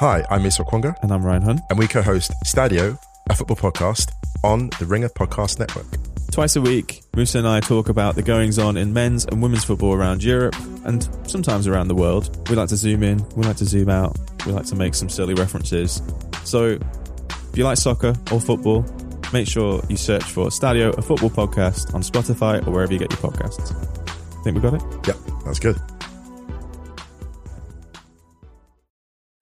Hi, I'm Isra Kwonga, And I'm Ryan Hun. and we co host Stadio, a football podcast, on the Ringer Podcast Network. Twice a week, Musa and I talk about the goings on in men's and women's football around Europe and sometimes around the world. We like to zoom in, we like to zoom out, we like to make some silly references. So, if you like soccer or football, make sure you search for Stadio, a football podcast on Spotify or wherever you get your podcasts. Think we got it? Yep, that's good.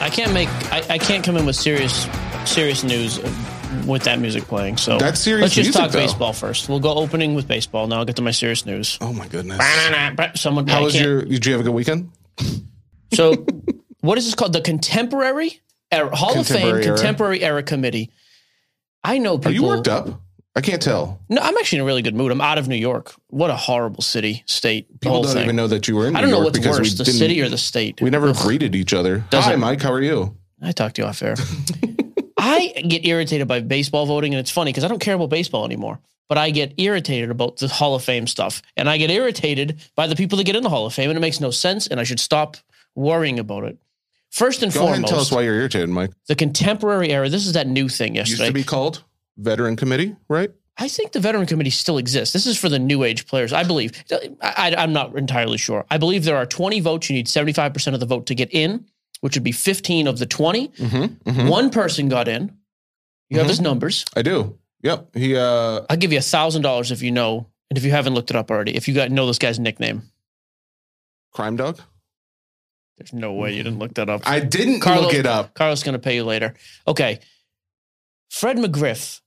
I can't make. I, I can't come in with serious, serious news with that music playing. So That's serious Let's just music, talk though. baseball first. We'll go opening with baseball. Now I'll get to my serious news. Oh my goodness. Someone. I How was can't- your? Did you have a good weekend? So what is this called? The contemporary era, Hall of Contemporary Fame Era. contemporary era committee. I know people. Are you worked up? I can't tell. No, I'm actually in a really good mood. I'm out of New York. What a horrible city, state, the People whole don't thing. even know that you were in. I New don't know York what's because we worse, the didn't- city or the state. We never Ugh. greeted each other. Hi, Doesn't- Mike. How are you? I talked to you off air. I get irritated by baseball voting, and it's funny because I don't care about baseball anymore. But I get irritated about the Hall of Fame stuff, and I get irritated by the people that get in the Hall of Fame, and it makes no sense. And I should stop worrying about it. First and Go ahead and tell us foremost, why you're irritated, Mike. the contemporary era. This is that new thing Used yesterday. to be called Veteran Committee, right? I think the veteran committee still exists. This is for the new age players, I believe. I, am not entirely sure. I believe there are 20 votes. You need 75% of the vote to get in, which would be 15 of the 20. Mm-hmm. One person got in. You have Mhm. his numbers. I do. Yep. He. uh I'll give you a thousand dollars if you know, and if you haven't looked it up already. If you got know this guy's nickname, Crime dog. there's no way you didn't look that up. I didn't Carlos- look it up. Carlos is gonna pay you later. Okay, Fred McGriff.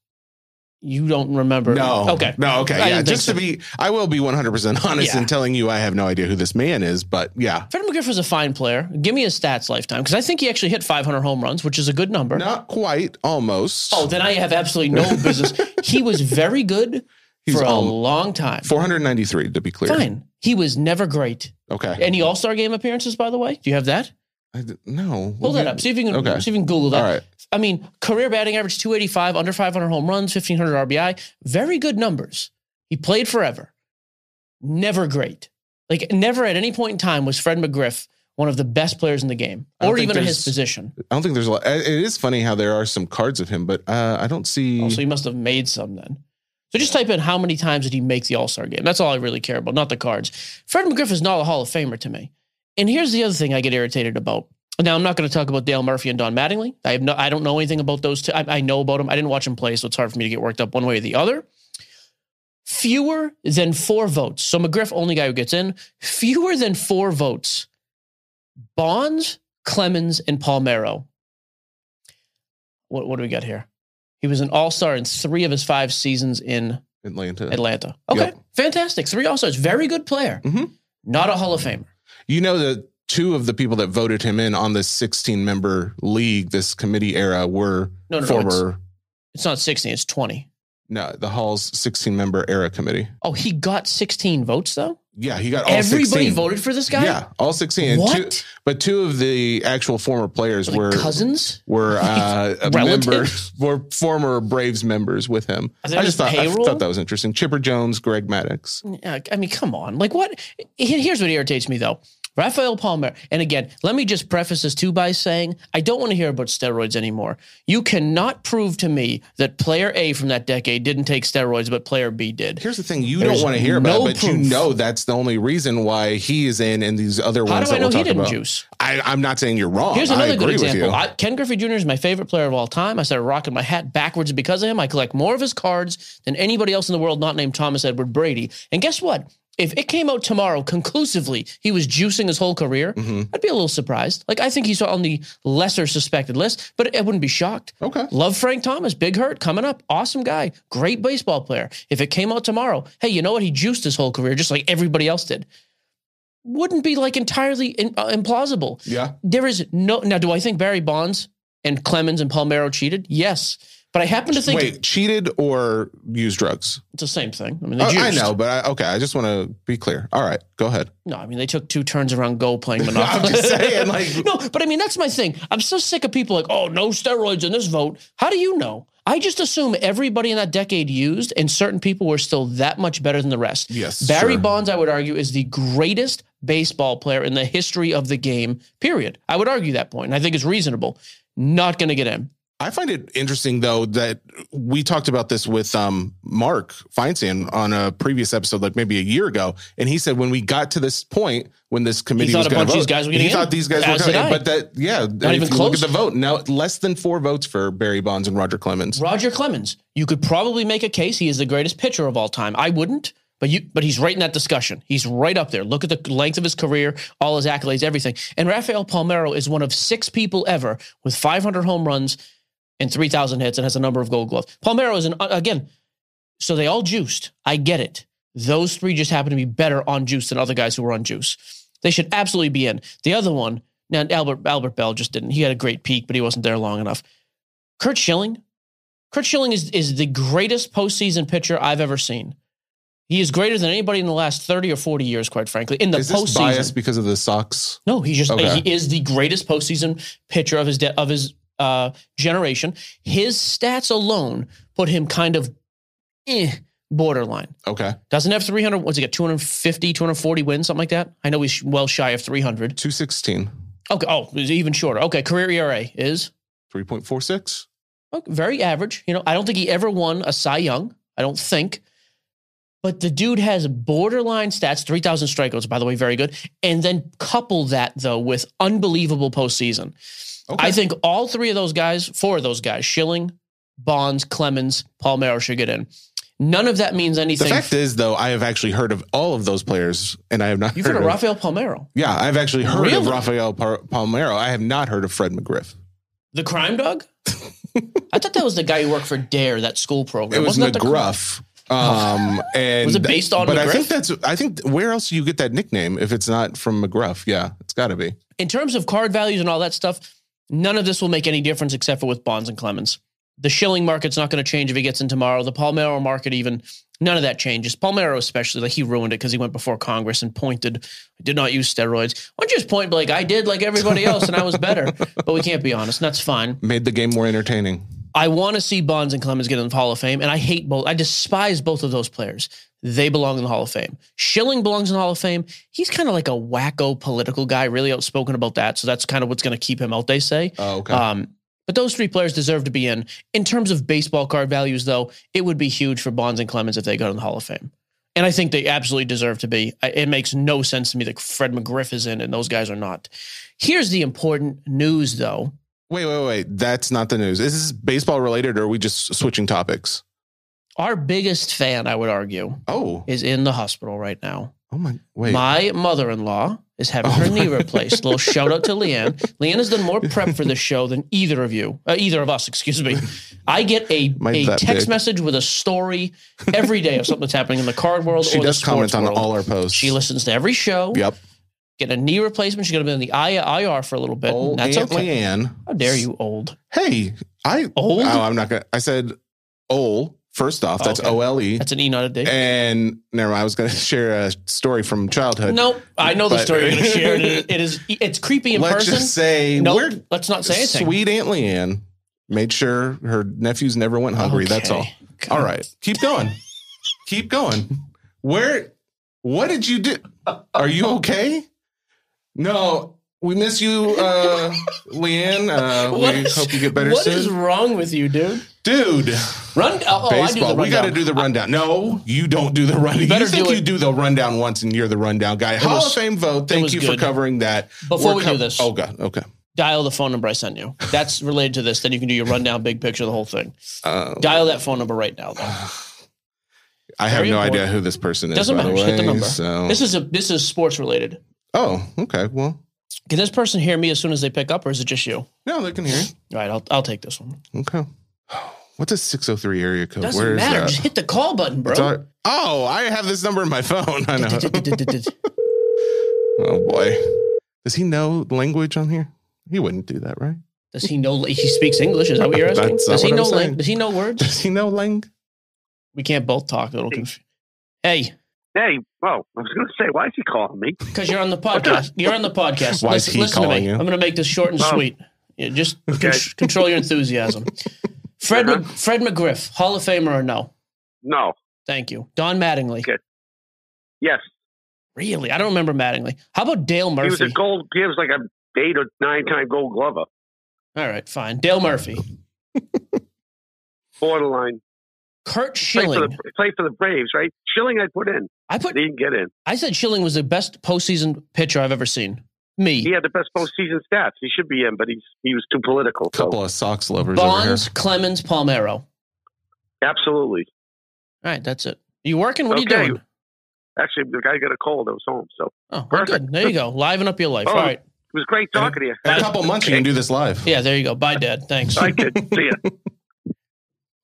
You don't remember? No. Okay. No. Okay. I Yeah. didn't think Just to so. be, I will be 100 percent honest Yeah. in telling you, I have no idea who this man is, but yeah. Fred McGriff was a fine player. Give me his stats lifetime because I think he actually hit 500 home runs, which is a good number. Not quite. Almost. Oh, then I have absolutely no business. he was very good He's for a all- long time. 493 to be clear. Fine. Eh, He was never great. Okay. Any All Star game appearances, by the way? Do you have that? I d- no. Pull Well, that you- up. See if you can. Okay. See if you can Google that. All right. I mean, career batting average 285, under 500 home runs, 1500 RBI. Very good numbers. He played forever. Never great. Like, never at any point in time was Fred McGriff one of the best players in the game I don't or think even in his there's- position. I don't think there's a lot. It is funny how there are some cards of him, but uh, I don't see. Oh, so he must have made some then. So just type in how many times did he make the All Star game. That's all I really care about, not the cards. Fred McGriff is not a Hall of Famer to me. And here's the other thing I get irritated about. Now I'm not going to talk about Dale Murphy and Don Mattingly. I have no, I don't know anything about those two. I, I know about them. I didn't watch them play, so it's hard for me to get worked up one way or the other. Fewer than four votes. So McGriff, only guy who gets in. Fewer than four votes. Bonds, Clemens, and Palmero. What what do we got here? He was an All Star in three of his five seasons in Atlanta. Atlanta. Okay, Yep. fantastic. Three All Stars. Very good player. Mhm. Not a Hall of Famer. You know that two of the people that voted him in on this 16 member league, this committee era, were No, no, no, former. It's not 16, it's 20. No, the Hall's 16 member era committee. Oh, he got 16 votes though? Yeah, he got all Everybody 16. voted for this guy. Yeah, all 16. And What? Two, but two of the actual former players Like were cousins? were uh, a Relatives? member, were former Braves members with him. Are they I just on thought I payroll? thought that was interesting. Chipper Jones, Greg Maddox. Yeah, I mean, come on. Like, what? he- Here's what irritates me, though. Rafael Palmer, and again, let me just preface this too by saying I don't want to hear about steroids anymore. You cannot prove to me that player A from that decade didn't take steroids, but player B did. Here's the thing you There's don't want to hear about, no it, but you proof. know that's the only reason why he is in and these other How ones do I that know he we'll talk didn't about. juice? I, I'm not saying you're wrong. Here's Oh, I another agree good with you. example. I, Ken Griffey Jr. is my favorite player of all time. I started rocking my hat backwards because of him. I collect more of his cards than anybody else in the world not named Thomas Edward Brady. And guess what? If it came out tomorrow conclusively he was juicing his whole career, Mhm. I'd be a little surprised. Like, I think he's on the lesser suspected list, but I wouldn't be shocked. Okay. Love Frank Thomas, big hurt coming up. Awesome guy, great baseball player. If it came out tomorrow, hey, you know what? He juiced his whole career just like everybody else did. Wouldn't be like entirely in, uh, implausible Yeah. there is no now. Do I think Barry Bonds and Clemens and Palmero cheated? Yes, but I happen to think Wait, cheated or used drugs? it's the same thing. I mean, they Oh, I juiced. know, but I, okay. I just want to be clear. All right, go ahead. No, I mean they took two turns around goal playing Monopoly. I'm just saying, like- no, but I mean that's my thing. I'm so sick of people like, oh, no steroids in this vote. How do you know? I just assume everybody in that decade used, and certain people were still that much better than the rest. Yes, Barry sure. Bonds, I would argue, is the greatest baseball player in the history of the game. Period. I would argue that point, and I think it's reasonable. Not going to get in. I find it interesting though that we talked about this with um, Mark Feinstein on a previous episode, like maybe a year ago, and he said when we got to this point, when this committee thought was a bunch going to of vote, these guys were he getting in. thought these guys As were did I. coming, but that yeah, Not if even you look close. at the vote now, less than four votes for Barry Bonds and Roger Clemens. Roger Clemens. You could probably make a case he is the greatest pitcher of all time. I wouldn't, but you but he's right in that discussion. He's right up there. Look at the length of his career, all his accolades, everything. And Rafael Palmero is one of six people ever with 500 home runs and 3,000 hits and has a number of Gold Gloves. Palmero is an uh, again. So they all juiced. I get it. Those three just happen to be better on juice than other guys who were on juice. They should absolutely be in. The other one, now Albert Albert Bell just didn't. He had a great peak, but he wasn't there long enough. Kurt Schilling, Kurt Schilling is is the greatest postseason pitcher I've ever seen. He is greater than anybody in the last thirty or forty years, quite frankly. In the Is this postseason, biased because of the Sox? no, he just Okay. he is the greatest postseason pitcher of his de- of his uh, generation. His stats alone put him kind of eh, borderline. Okay, Doesn't have 300, what's he got, 250, 240 wins, something like that? I know he's well shy of 300. two sixteen. Okay, oh, he's even shorter. Okay, career ERA is? 3.46. Look, very average. You know, I don't think he ever won a Cy Young. I don't think. But the dude has borderline stats, 3,000 strikeouts, by the way, very good. And then couple that, though, with unbelievable postseason. Okay. I think all three of those guys, four of those guys, Schilling, Bonds, Clemens, Palmero should get in. None of that means the anything. fact is, though, I have actually heard of all of those players, and I have not You've heard heard of of Rafael Palmero, Yeah, I've actually heard of Really? Rafael Par- Palmero. I have not heard of Fred McGriff. the crime dog? I thought that was the guy who worked for DARE, that school It program. was Wasn't that the crime- McGruff. Um, and Was it based on But I McGruff? think that's. I think where else do you get that nickname if it's not from McGruff? Yeah, it's got to be. in terms of card values and all that stuff, none of this will make any difference except for with Bonds and Clemens. The shilling market's not going to change if he gets in tomorrow. The Palmero market, even none of that changes. Palmero, especially, like he ruined it because he went before Congress and pointed, did not use steroids. Why don't you just point like I did, like everybody else, and I was better? But we can't be honest, and that's fine. Made the game more entertaining. I want to see Bonds and Clemens get in the Hall of Fame, and I hate both. I despise both of those players. They belong in the Hall of Fame. Schilling belongs in the Hall of Fame. He's kind of like a wacko political guy, really outspoken about that. So that's kind of what's going to keep him out, they say. Oh, okay. Um, but those three players deserve to be in. In terms of baseball card values, though, it would be huge for Bonds and Clemens if they got in the Hall of Fame. And I think they absolutely deserve to be. I- It makes no sense to me that Fred McGriff is in and those guys are not. Here's the important news, though. wait, wait, wait. That's not the news. Is this baseball related, or are we just switching topics? Our biggest fan, I would argue, Oh, is in the hospital right now. oh my. Wait. My mother-in-law is having Oh. her knee replaced. Little shout out to Leanne. Leanne has done more prep for this show than either of you, uh, either of us. Excuse me. I get a, Mine's a that text big. message with a story every day of something that's happening in the card world. she or does the sports comment on world. all our posts. She listens to every show. Yep. Get a knee replacement. She's going to be in the I- IR for a little bit. Old that's Aunt okay. Leanne. How dare you, old? Hey, I. Old? Oh, I'm not gonna. I said, "Ol." First off, Oh, that's okay. O L E. That's an E, not a D. And never mind, I was going to share a story from childhood. Nope. I know the But- story you're going to share. It is, it is it's creepy in Let's person. just say no, we're let's not say anything. sweet Aunt Leanne made sure her nephews never went hungry. That's all. Okay. God. All right, keep going. keep going. Where? What did you do? Are you okay? No, we miss you, uh, Leanne. Uh, What we is- hope you get better What soon, is wrong with you, dude? dude. Run. Oh, oh, I do baseball. the we got to rundown. do the rundown. no, you don't do the rundown. You, better think do you it. do the rundown once, and you're the rundown guy. Hall was- of Fame vote. was Thank you good. for covering that. Before We're we do cov- this. oh god, okay. Dial the phone number I sent you. That's related to this. Then you can do your rundown, big picture, the whole thing. Uh, Dial that phone number right now. Though. I have very no important. idea who this person is. Doesn't by matter. The Just way, hit the number. So, This is a this is sports related. oh, okay. Well, Can this person hear me as soon as they pick up, or is it just you? All no, they can hear you. right, I'll I'll take this one. Okay. What's a 603 area code? Doesn't Where is matter. that? Just hit the call button, bro. It's all- oh, I have this number in my phone. I know. oh boy. Does he know language on here? He wouldn't do that, right? Does he know? He speaks English. Is that what you're asking? That's not does he what I'm know? lang- saying. does he know words? Does he know lang? We can't both talk. It'll conf- hey, Hey, well, I was going to say, why is he calling me? because you're on the podcast. You're on the podcast. Why is listen he listen to calling me. you? I'm going to make this short and Oh. sweet. Yeah, just Okay. Uh-huh. con- control your enthusiasm. Fred Mc- Fred McGriff, Hall of Famer or no? No. Thank you. Don Mattingly. Okay. Yes. Really? I don't remember Mattingly. How about Dale He was Murphy? a gold, he was like a eight or nine time gold glover. All right, fine. Dale Murphy. Borderline. Kurt Played for, Schilling. the, played for the Braves, right? Schilling I put in. I He put didn't get in. I said Schilling was the best postseason pitcher I've ever seen. Me. He had the best postseason stats. He should be in, but he's he was too political. A So. couple of socks lovers over Bonds, here. Clemens, Palmero. All Absolutely. right, that's it. You working? What are Okay. you doing? Actually, the guy got a cold. I was home. So Oh, it well, Perfect. good. There you go. Liven up your life. Oh. All right. was great talking to you. In a couple months, you can do this live. Yeah, there you go. Bye, Dad. Thanks. I could see it.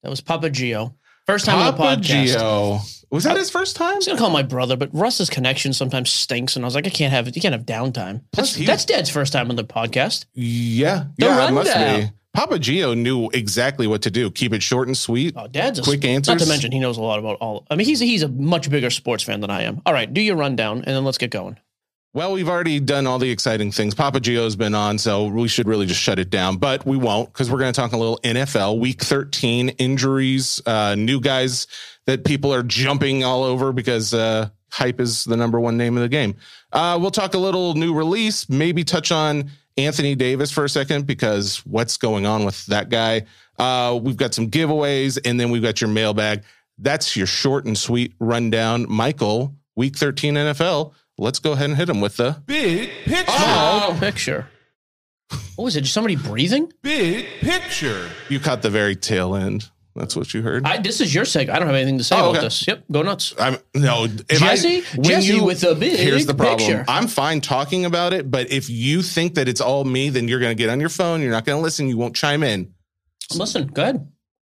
That was Papa Gio. First time on Papa the podcast. Gio. Was that his first I time? was gonna call my brother, but Russ's connection sometimes stinks, and I was like, I can't have it. You can't have downtime. Plus That's, he- that's Dad's first time on the podcast. Yeah. The yeah, it must rundown. be. Papa Gio knew exactly what to do. Keep it short and sweet. Oh, Dad's a Quick answers. Not to mention, he knows a lot about all. I mean, he's he's a much bigger sports fan than I am. All right, do your rundown, and then let's get going. Well, we've already done all the exciting things. Papa Gio's been on, so we should really just shut it down, but we won't because we're going to talk a little NFL week 13 injuries, uh, new guys that people are jumping all over because uh, hype is the number one name of the game. Uh, we'll talk a little new release, maybe touch on Anthony Davis for a second because what's going on with that guy? Uh, we've got some giveaways, and then we've got your mailbag. That's your short and sweet rundown. Michael, week 13 NFL. Let's go ahead and hit him with the Oh. Big picture. picture. What was it? Just somebody breathing? Big picture. You caught the very tail end. That's what you heard. I, I, this is your segment. I don't have anything to say Oh, about okay. this. Yep, go nuts. am no if Jesse? Jesse with a big Here's the problem. picture. I'm fine talking about it, but if you think that it's all me, then you're going to get on your phone. You're not going to listen. You won't chime in. Listen, go ahead.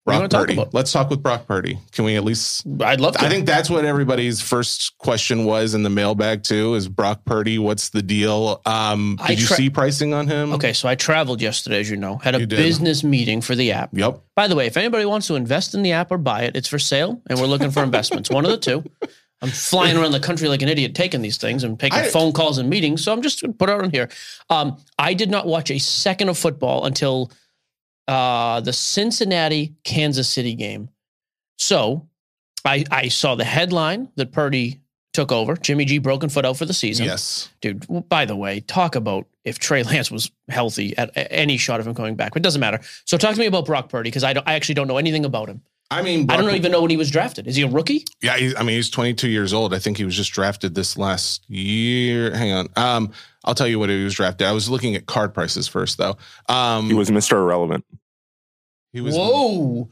What do you wanna Brock talk Purdy. about? Let's talk with Brock Purdy. Can we at least? I'd love to. I think that's what everybody's first question was in the mailbag too. Is Brock Purdy? What's the deal? Um, I did you tra- see pricing on him? Okay, so I traveled yesterday, as you know, had a You did. business meeting for the app. Yep. By the way, if anybody wants to invest in the app or buy it, it's for sale, and we're looking for investments. One of the two. I'm flying around the country like an idiot, taking these things and taking I- phone calls and meetings. So I'm just gonna put it on here. Um, I did not watch a second of football until uh, the Cincinnati Kansas City game. So I, I saw the headline that Purdy took over. Jimmy G broken foot out for the season Yes. dude. w- By the way, talk about if Trey Lance was healthy at a- any shot of him coming back. But it doesn't matter. So talk to me about Brock Purdy because I don't. I actually don't know anything about him. I mean, I Brock- don't even know when he was drafted. Is he a rookie? Yeah, he's, I mean, he's 22 years old. I think he was just drafted this last year. Hang on. Um, I'll tell you what he was drafted. I was looking at card prices first, though. Um, He was Mr. Irrelevant. He was. Whoa.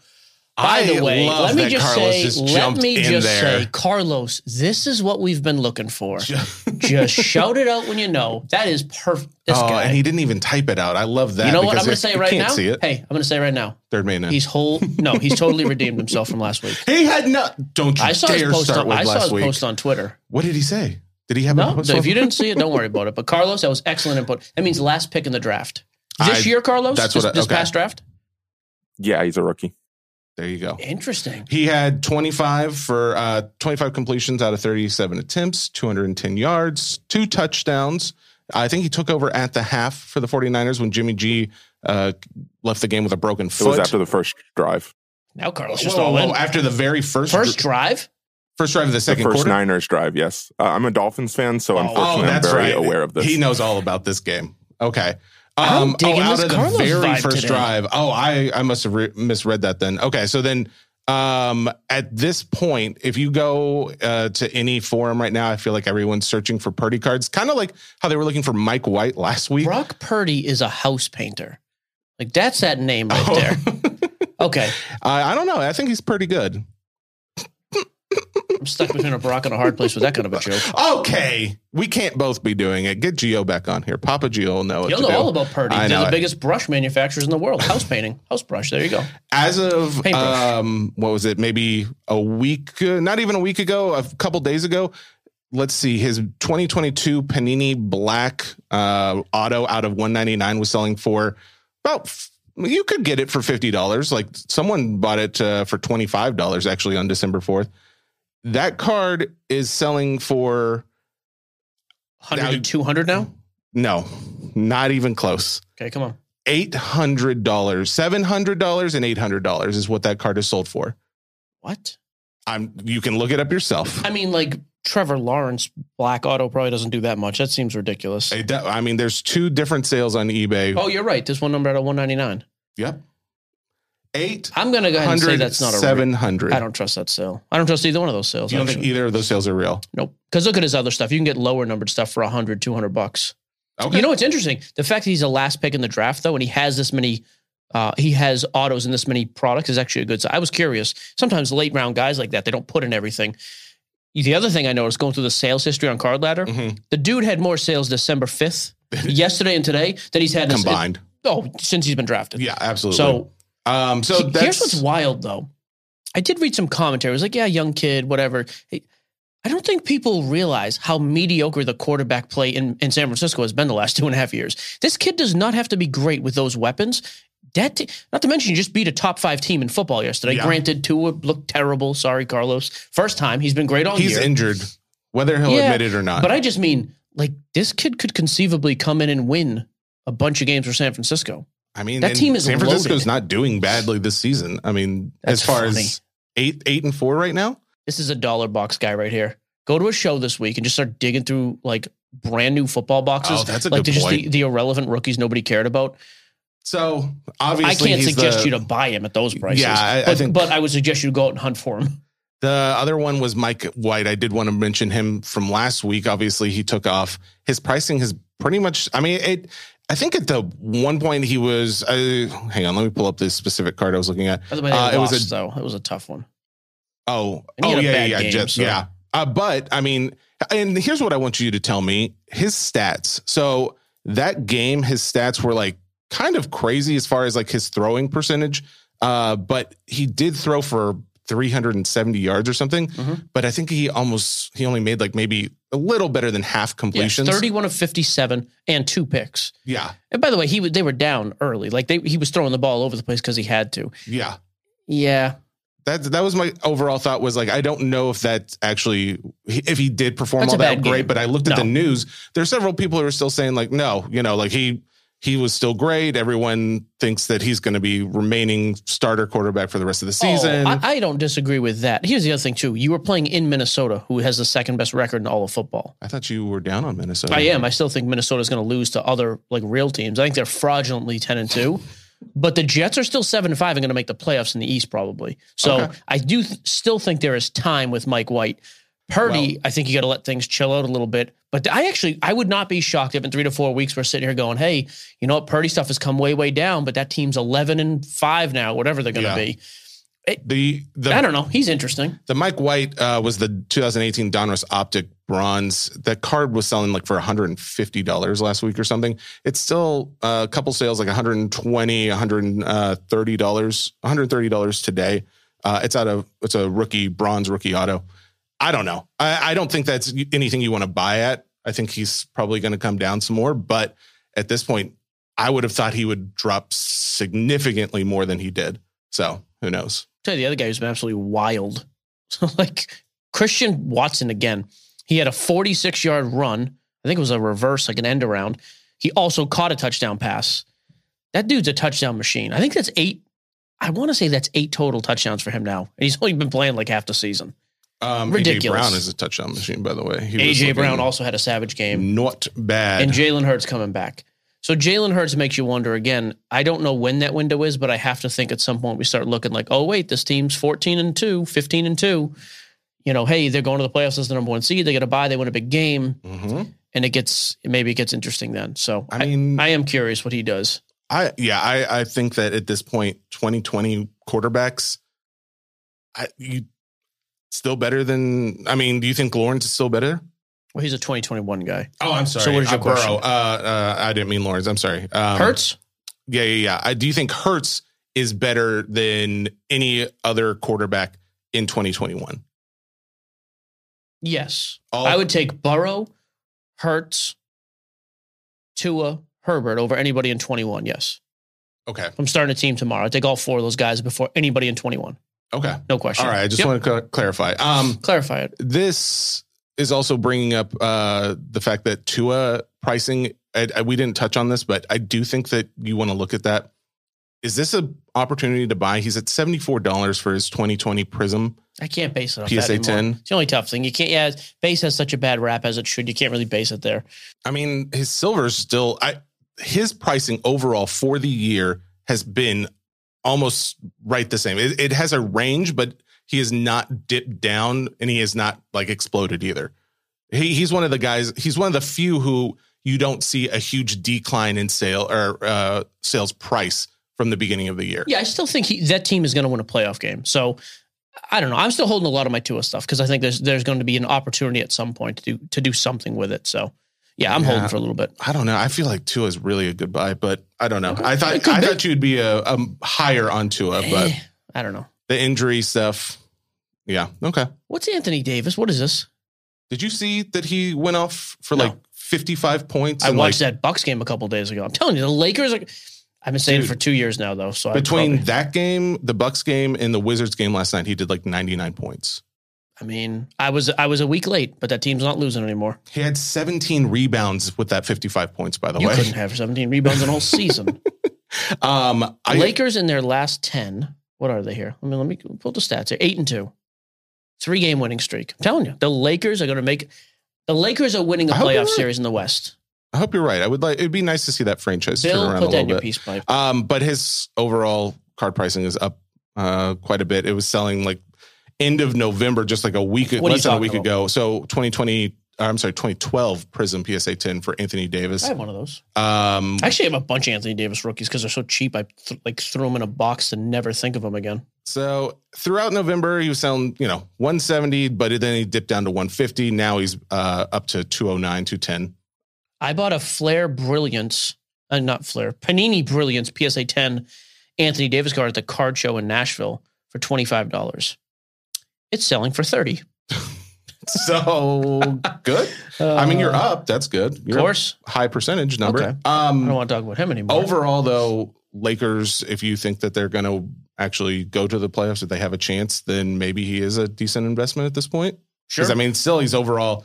By the way, love let me that just Carlos say, just let jumped me in just there. say, Carlos, this is what we've been looking for. just shout it out when you know. That is perfect. This oh, guy. and he didn't even type it out. I love that. you know what? because I'm going to if- say you right can't now. See it. Hey, I'm going to say right now. Third man. in. He's whole. No, he's totally redeemed himself from last week. he had not. Don't you I saw his dare post. start On, with I saw last his week. post on Twitter. what did he say? Did he have a No, post so if on- you didn't see it, don't worry about it. But Carlos, that was excellent input. That means last pick in the draft. This I- year, Carlos? that's this, what I- this okay. past draft? Yeah, he's a rookie. There you go. Interesting. He had 25 for uh, 25 completions out of 37 attempts, 210 yards, two touchdowns. I think he took over at the half for the 49ers when Jimmy G uh, left the game with a broken It was foot. after the first drive, Now Carlos just Whoa, all in. whoa, after the very first First drive? first drive of the the second first quarter. Niners drive. Yes, uh, I'm a Dolphins fan, so Oh, unfortunately, I'm very aware of this. He knows all about this game. Okay. I'm Um, oh, digging out this of the Carlos very vibe first today. drive. Oh, I, I must have re- misread that then. Okay. So then um, at this point, if you go uh, to any forum right now, I feel like everyone's searching for Purdy cards, kind of like how they were looking for Mike White last week. Brock Purdy is a house painter. Like that's that name right Oh. there. Okay. I, I don't know. I think he's pretty good. I'm stuck between a Brock and a hard place with that kind of a joke. Okay. We can't both be doing it. Get Geo back on here. Papa Geo will know what You'll to know do. all about Purdy. I They're know the it. biggest brush manufacturers in the world. House painting, house brush. There you go. as of Paintbrush. um what was it maybe a week uh, not even a week ago a couple days ago let's see his 2022 panini black uh auto out of 199 was selling for about f- you could get it for $50 like someone bought it uh, for $25 actually on december 4th that card is selling for 100 Now- to 200 now? no not even close Okay, come on. $800 $700 and $800 is what that card is sold for What? I'm you can look it up yourself. I mean, like Trevor Lawrence Black Auto probably doesn't do that much. That seems ridiculous. It do- I mean, there's two different sales on eBay. Oh, you're right. There's one number out of 199. Yep. Eight I'm going to go ahead and say hundred, that's not a seven hundred. I don't trust that sale. I don't trust either one of those sales. You don't think actually. either of those sales are real? Nope. Because look at his other stuff. You can get lower numbered stuff for 100, 200 bucks. Okay. You know what's interesting? The fact that he's the last pick in the draft, though, and he has this many, uh, he has autos in this many products is actually a good sign. I was curious. Sometimes late round guys like that, they don't put in everything. The other thing I noticed going through the sales history on Card Ladder, Mhm. the dude had more sales December 5th, yesterday and today, than he's had in his- combined. oh, since he's been drafted. yeah, absolutely. So um, so he- that's here's what's wild though. I did read some commentary. It was like, yeah, young kid, whatever. Hey, I don't think people realize how mediocre the quarterback play in, in San Francisco has been the last two and a half years. This kid does not have to be great with those weapons. That t- not to mention you just beat a top five team in football yesterday. Yeah. Granted, Tua looked terrible. Sorry, Carlos. First time he's been great all he's year. injured, whether he'll Yeah, admit it or not. but I just mean like this kid could conceivably come in and win a bunch of games for San Francisco. I mean, that and team is San Francisco's loaded. not doing badly this season. I mean, That's as far funny. as eight, eight and four right now. this is a dollar box guy right here. Go to a show this week and just start digging through like brand new football boxes. Oh, that's a like good just the, point. the irrelevant rookies nobody cared about. So obviously, I can't he's suggest the- you to buy him at those prices. Yeah, I- I but, think- but I would suggest you go out and hunt for him. The other one was Mike White. I did want to mention him from last week. Obviously, he took off. His pricing has pretty much. I mean, it. I think at the one point he was. Uh, hang on, let me pull up this specific card I was looking at. By the way, they Uh, it was lost a- though. It was a tough one. Oh, And he oh had a yeah, yeah, bad yeah, game, Jets, so- yeah. Uh, but I mean, and here's what I want you to tell me: his stats. So that game, his stats were like kind of crazy as far as like his throwing percentage. Uh, but he did throw for 370 yards or something. Mhm. But I think he almost he only made like maybe a little better than half Yeah, completions. Yeah, Thirty-one of fifty-seven and two picks. yeah, And by the way, he was they were down early. Like they he was throwing the ball all over the place because he had to. yeah. Yeah, That that was my overall thought was like I don't know if that actually if he did perform That's a all that bad great, game. but I looked at No. the news. There's several people who are still saying like no, you know, like he he was still great. Everyone thinks that he's going to be remaining starter quarterback for the rest of the season. Oh, I, I don't disagree with that. Here's the other thing too. You were playing in Minnesota, who has the second best record in all of football. I thought you were down on Minnesota. I am. I still think Minnesota's going to lose to other like real teams. I think they're fraudulently ten and two, but the Jets are still seven and five and going to make the playoffs in the East probably. So Okay. I do th- still think there is time with Mike White. Purdy, I think you got to let things chill out a little bit. But I actually, I would not be shocked if in three to four weeks we're sitting here going, "Hey, you know what? Purdy stuff has come way, way down, but that team's eleven and five now, whatever they're going to Yeah. be." The the I don't know. He's interesting. The Mike White uh, was the 2018 Donruss Optic Bronze. That card was selling like for $150 last week or something. It's still uh, a couple sales like $120, uh, $130, $130 today. Uh, it's out of it's a rookie bronze rookie auto. I don't know. I, I don't think that's anything you want to buy at. I think he's probably going to come down some more, but at this point, I would have thought he would drop significantly more than he did. So who knows? tell you the other guy who's been absolutely wild. So like Christian Watson again. He had a 46 yard run. I think it was a reverse, like an end around. He also caught a touchdown pass. That dude's a touchdown machine. I think that's eight. I want to say that's eight total touchdowns for him now. And he's only been playing like half the season. Um, AJ Ridiculous. Brown is a touchdown machine, by the way. He was AJ looking Brown also had a savage game. not bad. And Jalen Hurts coming back. So Jalen Hurts makes you wonder again. I don't know when that window is, but I have to think at some point we start looking like, oh, wait, this team's 14 and 2, 15 and 2. You know, hey, they're going to the playoffs as the number one seed. They get a bye. They win a big game. Mhm. And it gets, maybe it gets interesting then. So I mean, I am curious what he does. I yeah, I I think that at this point, 2020 quarterbacks, I you still better than. I mean, do you think Lawrence is still better? Well, he's a 2021 guy. Oh, I'm sorry. So what is your Uh, Burrow. question? Uh, uh, I didn't mean Lawrence. I'm sorry. Um, Hurts? Yeah, yeah, yeah. I, do you think Hurts is better than any other quarterback in 2021? Yes. All, I would take Burrow, Hurts, Tua, Herbert over anybody in 21. Yes. Okay. I'm starting a team tomorrow. I take all four of those guys before anybody in 21. Okay. No question. All right. I just Yep. want to cl- clarify. Um, clarify it. this is also bringing up uh, the fact that Tua pricing. I, I, we didn't touch on this, but I do think that you want to look at that. Is this an opportunity to buy? He's at seventy four dollars for his twenty twenty Prism I can't base it on PSA that anymore. ten. It's the only tough thing. You can't. Yeah, base has such a bad rap as it should. You can't really base it there. I mean, his silver's still. I his pricing overall for the year has been almost right the same. It, it has a range, but he has not dipped down, and he has not like exploded either. He he's one of the guys. He's one of the few who you don't see a huge decline in sale or uh, sales price from the beginning of the year. Yeah, I still think he, that team is going to win a playoff game. So I don't know. I'm still holding a lot of my Tua stuff because I think there's there's going to be an opportunity at some point to do to do something with it. So yeah, I'm Yeah. holding for a little bit. I don't know. I feel like Tua is really a good buy, but I don't know. I It thought could I be. thought you'd be a, a higher on Tua, but Eh, I don't know. the injury stuff. Yeah. Okay. What's Anthony Davis? What is this? Did you see that he went off for No. like 55 points? I and, watched like, that Bucks game a couple days ago. I'm telling you, the Lakers are. I've been saying it Dude. for two years now, though. So I Between probably- that game, the Bucks game, and the Wizards game last night, he did like 99 points. I mean, I was I was a week late, but that team's not losing anymore. He had 17 rebounds with that 55 points, by the You couldn't way. have 17 rebounds in a whole season. Um, I, Lakers in their last 10. What are they here? I mean, let me pull the stats here. Eight and two, three game winning streak. I'm telling you, the Lakers are going to make. The Lakers are winning a I hope you're playoff right. series in the West. I hope you're right. I would like, it'd be nice to see that franchise turn Bill, around put a that little in your bit. peace pipe. Um, but his overall card pricing is up uh, quite a bit. It was selling like end of November, just like a week, What are you less than a talking week about? ago. So 2020, I'm sorry, 2012 Prism PSA 10 for Anthony I Davis. have one of those. Um, I actually have a bunch of Anthony Davis rookies because they're so cheap. I th- like threw them in a box to never think of them again. So throughout November, he was selling, you know, 170, but then he dipped down to 150. Now he's uh, up to 209, 210. I bought a Flair Brilliance, uh, not Flair, Panini Brilliance PSA 10 Anthony Davis card at the card show in Nashville for $25. It's selling for 30. So good. I mean, you're up. That's good. Of You're a course. High percentage number. Okay. I don't Um, want to talk about him anymore. overall, though, Lakers, if you think that they're going to actually go to the playoffs, if they have a chance, then maybe he is a decent investment at this point. Sure. Because, I mean, still he's overall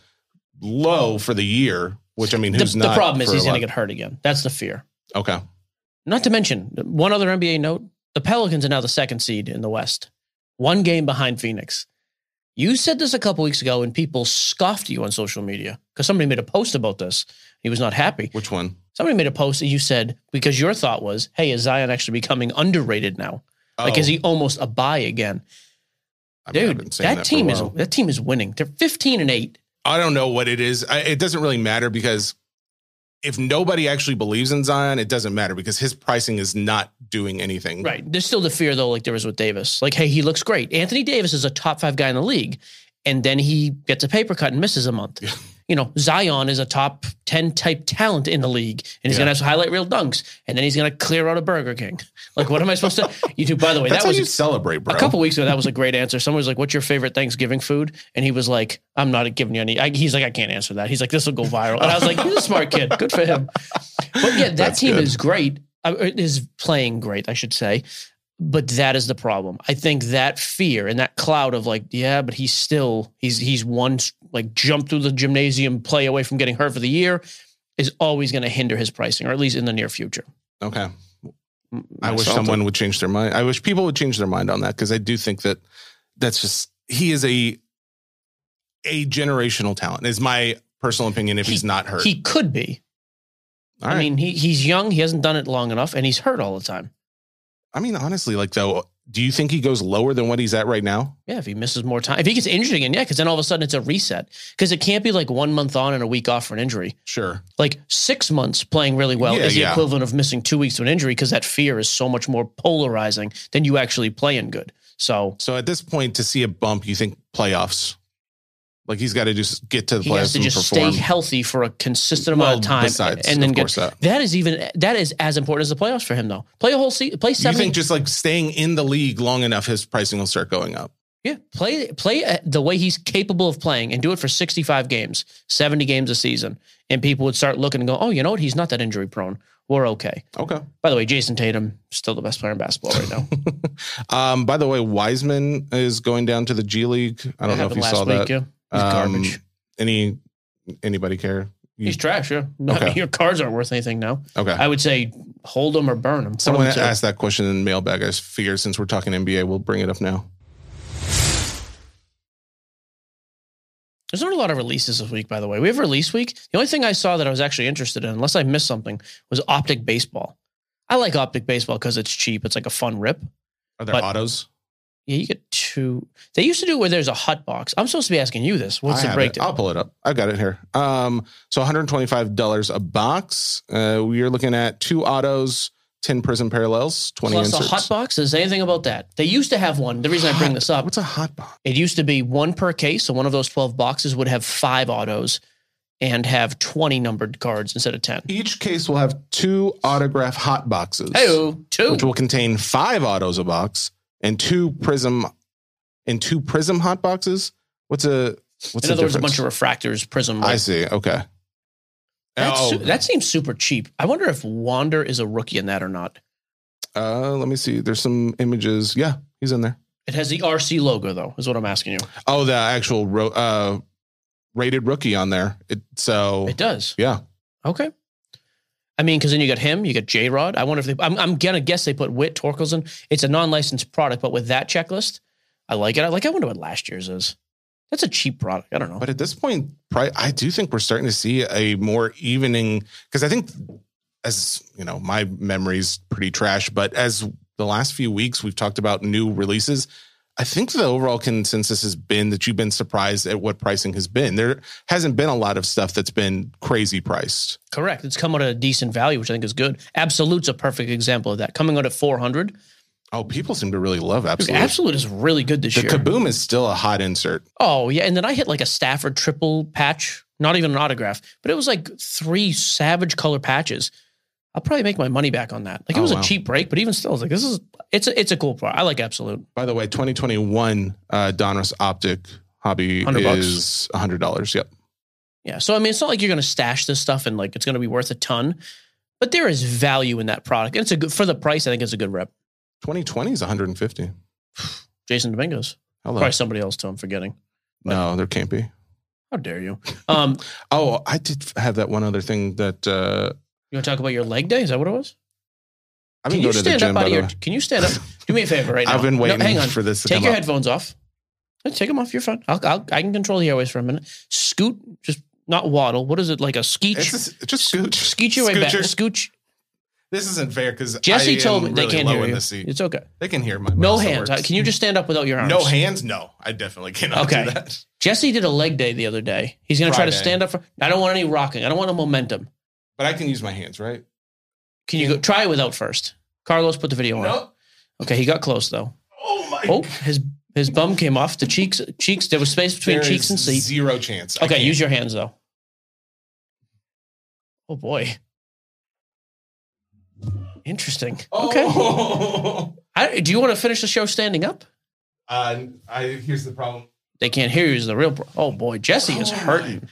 low for the year, which I mean, the, who's the not? problem is for a he's going lot- to get hurt again. That's the fear. Okay. Not to mention, one other NBA note the Pelicans are now the second seed in the West, one game behind Phoenix. You said this a couple weeks ago, and people scoffed at you on social media because somebody made a post about this. He was not happy. Which one? Somebody made a post and you said because your thought was, "Hey, is Zion actually becoming underrated now? Like, Oh, is he almost a buy again, I mean, I've dude? been That, saying for a team is while. that team is winning. They're fifteen and eight. I don't know what it is. I, it doesn't really matter because if nobody actually believes in Zion, it doesn't matter because his pricing is not doing anything. Right. There's still the fear though, like there was with Davis. Like, hey, he looks great. Anthony Davis is a top five guy in the league, and then he gets a paper cut and misses a month. You know, Zion is a top ten type talent in the league, and he's Yeah. gonna have highlight real dunks, and then he's gonna clear out a Burger King. Like, what am I supposed to? You do. By the way, That's that how was you celebrate, bro. A couple weeks ago, that was a great answer. Someone was like, "What's your favorite Thanksgiving food?" And he was like, "I'm not giving you any." I, he's like, "I can't answer that." He's like, "This will go viral." And I was like, "He's a smart kid. Good for him." But yeah, that That's team good. is great. uh, Is playing great, I should say. But that is the problem. I think that fear and that cloud of like, yeah, but he's still he's he's one like jump through the gymnasium play away from getting hurt for the year is always going to hinder his pricing, or at least in the near future. Okay. I wish someone would change their mind. I wish people would change their mind on that because I do think that that's just he is a a generational talent. Is my personal opinion. If he's not hurt, He could be. All right. I mean, he he's young. He hasn't done it long enough, and he's hurt all the time. I mean, honestly, like though, do you think he goes lower than what he's at right now? Yeah, if he misses more time, if he gets injured again, yeah, because then all of a sudden it's a reset. Because it can't be like one month on and a week off for an injury. Sure. Like six months playing really well Yeah, is the yeah. equivalent of missing two weeks to an injury because that fear is so much more polarizing than you actually playing good. So So at this point, to see a bump, you think playoffs? Like he's got to just get to the he playoffs has to and just perform. stay healthy for a consistent amount Well, of time, besides, and then of get. course that. That is even that is as important as the playoffs for him though. Play a whole season, play You seven. think just like staying in the league long enough, his pricing will start going up. Yeah, play play uh, the way he's capable of playing, and do it for sixty five games, seventy games a season, and people would start looking and go, "Oh, you know what? He's not that injury prone. We're okay." Okay. By the way, Jason Tatum still the best player in basketball right now. um, by the way, Wiseman is going down to the G League. I don't know if you saw that. Yeah, he's Um, garbage. Any anybody care? You- He's trash. Yeah, Okay. your cards aren't worth anything now. okay. I would say hold him or burn him. Someone One of the two. asked that question in the mailbag. I figure since we're talking NBA, we'll bring it up now. There's not a lot of releases this week, by the way. We have release week. The only thing I saw that I was actually interested in, unless I missed something, was Optic Baseball. I like Optic Baseball because it's cheap. It's like a fun rip. Are there But- autos? Yeah, you get two. They used to do where there's a hot box. I'm supposed to be asking you this. What's I the have it. breakdown? I'll pull it up. I've got it here. Um, so $125 a box. Uh, we are looking at two autos, 10 prism parallels, 20 Plus inserts. a hot box. Is there anything about that? They used to have one. The reason I bring this up, What's a hot box? it used to be one per case. So one of those 12 boxes would have five autos and have 20 numbered cards instead of 10. Each case will have two autograph hot boxes. Hey, oh, two. which will contain five autos a box and two prism and two prism hot boxes. What's a what's In other the words, difference? a bunch of refractors, prism. I like- see. Okay. That's oh, su- that seems super cheap. I wonder if Wander is a rookie in that or not. uh, let me see. There's some images. Yeah, he's in there. It has the RC logo though, is what I'm asking you. Oh, the actual ro- uh, rated rookie on there. It, so It does. yeah, Okay. I mean, because then you got him, you got J Rod. I wonder if they, I'm, I'm gonna guess they put Wit Torkelson. It's a non-licensed product, but with that checklist, I like it. I like. I wonder what last year's is. That's a cheap product. I don't know. but at this point, pri- I do think we're starting to see a more evening because I think as you know, my memory's pretty trash, but as the last few weeks we've talked about new releases. I think the overall consensus has been that you've been surprised at what pricing has been. There hasn't been a lot of stuff that's been crazy priced. Correct. It's come out at a decent value, which I think is good. Absolute's a perfect example of that. Coming out at 400, Dude, Oh, people seem to really love Absolute, Absolute. is really good this The year. Kaboom is still a hot insert. Oh yeah, and then I hit like a Stafford triple patch, not even an autograph, but it was like three savage color patches. I'll probably make my money back on that. Like it Oh, was wow. a cheap break, but even still, I was like, this is it's a it's a cool product. I like Absolute. By the way, 2021 uh, Donruss Optic hobby 100 bucks. is $100. Yep. Yeah. So I mean, it's not like you're going to stash this stuff and like it's going to be worth a ton, but there is value in that product. And it's a good for the price. I think it's a good rep. 2020 is 150. Jason Domingos, Hello. probably somebody else too. I'm forgetting. No, there can't be. How dare you? Um, Oh, I did have that one other thing that uh, you want to talk about your leg day? Is that what it was? I've Can been you going to the stand up gym. out By of the your? way. Can you stand up? Do me a favor right now. I've been No, waiting hang on. for this to Take come your up. headphones off. Yeah, Take them off. You're fine. I'll, I'll, I can control the airways for a minute. Scoot, just not waddle. What is it like a skeech? It's just, just scooch. Skeet your way back. Scoocher. Scooch. This isn't fair because Jesse told me they can't hear you. It's okay. They can hear my No mouse, that hands. works. Can you just stand up without your arms? No hands. No, I definitely cannot Okay. do that. Jesse did a leg day the other day. He's going to try to Friday. stand up. For, I don't want any rocking. I don't want a momentum. But I can use my hands, right? Can you go try it without first? Carlos put the video on. Okay, he got close though. Oh my. Oh, his his bum came off. The cheeks cheeks. There was space between There cheeks is and seat. Zero chance. I Okay, can't. use your hands though. Oh boy. Interesting. Okay. Oh. I, do you want to finish the show standing up? Uh, I here's the problem. They can't hear you. Is the real pro- oh boy, Jesse is hurting.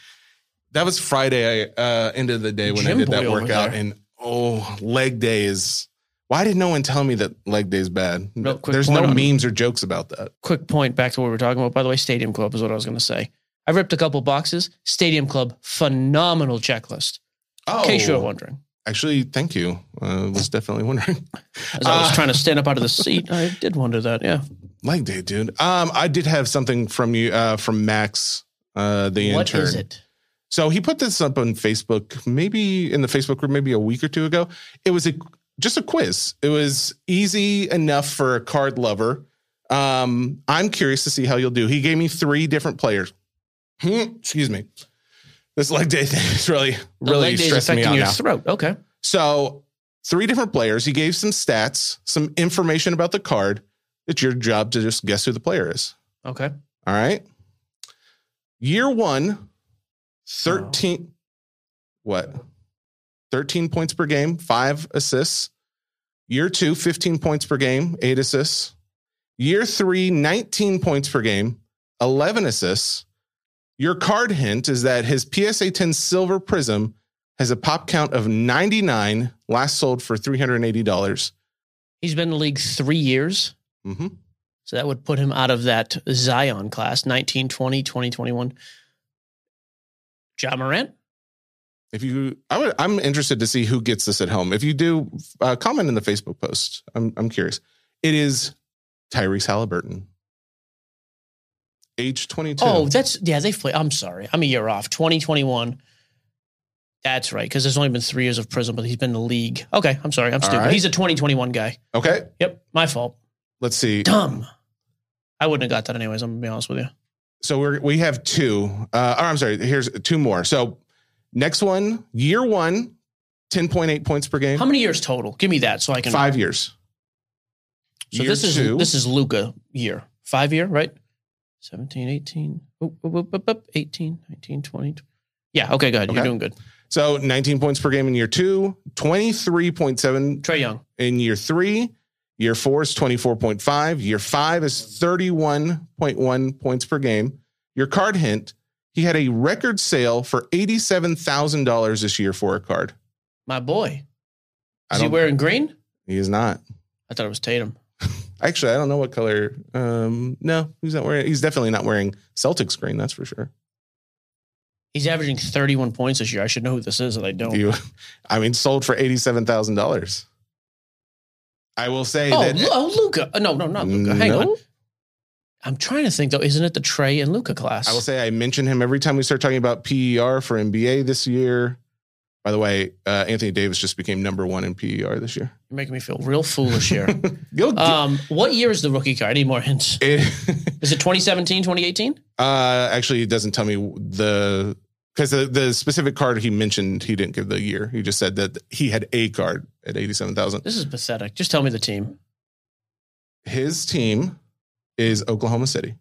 That was Friday. I uh, end of the day when I Gym did boy that over workout, there. and oh, leg day is Why did no one tell me that leg day's bad? Real quick There's point no on- memes or jokes about that. Quick point back to what we were talking about. By the way, Stadium Club is what I was going to say. I ripped a couple boxes. Stadium Club, phenomenal checklist. Oh, In case you were wondering, actually, thank you. I was definitely wondering. as I was Uh, trying to stand up out of the seat, I did wonder that. Yeah. Leg day, dude. Um, I did have something from you, uh, from Max, uh, the What intern. is it? So he put this up on Facebook, maybe in the Facebook group, maybe a week or two ago. It was a just a quiz. It was easy enough for a card lover. Um, I'm curious to see how you'll do. He gave me three different players. Hmm, Excuse me. This leg day thing is really, The really leg day is stressing me affecting out your now. throat. Okay. So, three different players. He gave some stats, some information about the card. It's your job to just guess who the player is. Okay. All right. Year one, 13. What? 13 points per game, five assists. Year two, 15 points per game, eight assists. Year three, 19 points per game, 11 assists. Your card hint is that his PSA 10 Silver Prism has a pop count of 99, last sold for $380. He's been in the league three years. hmm So that would put him out of that Zion class, 1920, 2021. Ja Morant? If you, I would, I'm interested to see who gets this at home. If you do, uh, comment in the Facebook post. I'm, I'm curious. It is Tyrese Halliburton, age 22. Oh, that's yeah. They've played. I'm sorry, I'm a year off. 2021. That's right, because there's only been three years of prison, but he's been in the league. Okay, I'm sorry, I'm stupid. right. He's a 2021 guy. okay. Yep, my fault. Let's see. Dumb. I wouldn't have got that anyways. I'm gonna be honest with you. So we're, we have two. Uh, or I'm sorry. Here's two more. So next one, year one, 10.8 points per game. How many years total? Give me that so I can. Five years. So Year this is two. this is Luca year. Five year, right? 17, 18, oop, oop, oop, oop, oop, 18, 19, 20. tw- Yeah. Okay. Good. You're Okay. doing good. So 19 points per game in year two, 23.7 Trey Young. in year three. Year four is 24.5. Year five is 31.1 points per game. Your card hint he had a record sale for $87,000 this year for a card. My boy. I Is he don't, wearing green? he is not. I thought it was Tatum. Actually, I don't know what color. Um, no, he's not wearing. He's definitely not wearing Celtics green. That's for sure. He's averaging 31 points this year. I should know who this is, and I don't. You, I mean, sold for eighty-seven thousand dollars. I will say oh, that. Lu- oh, Luca. Uh, no, no, not Luca. Hang No? on. I'm trying to think though. Isn't it the Trey and Luca class? I will say I mention him every time we start talking about PER for NBA this year. By the way, uh, Anthony Davis just became number one in PER this year. You're making me feel real foolish here. You'll get um, what year is the rookie card? I need more hints. it. Is it 2017, 2018? uh, actually, it doesn't tell me the because the, the specific card he mentioned he didn't give the year. He just said that he had a card at eighty-seven thousand. This is pathetic. Just tell me the team. His team is Oklahoma City.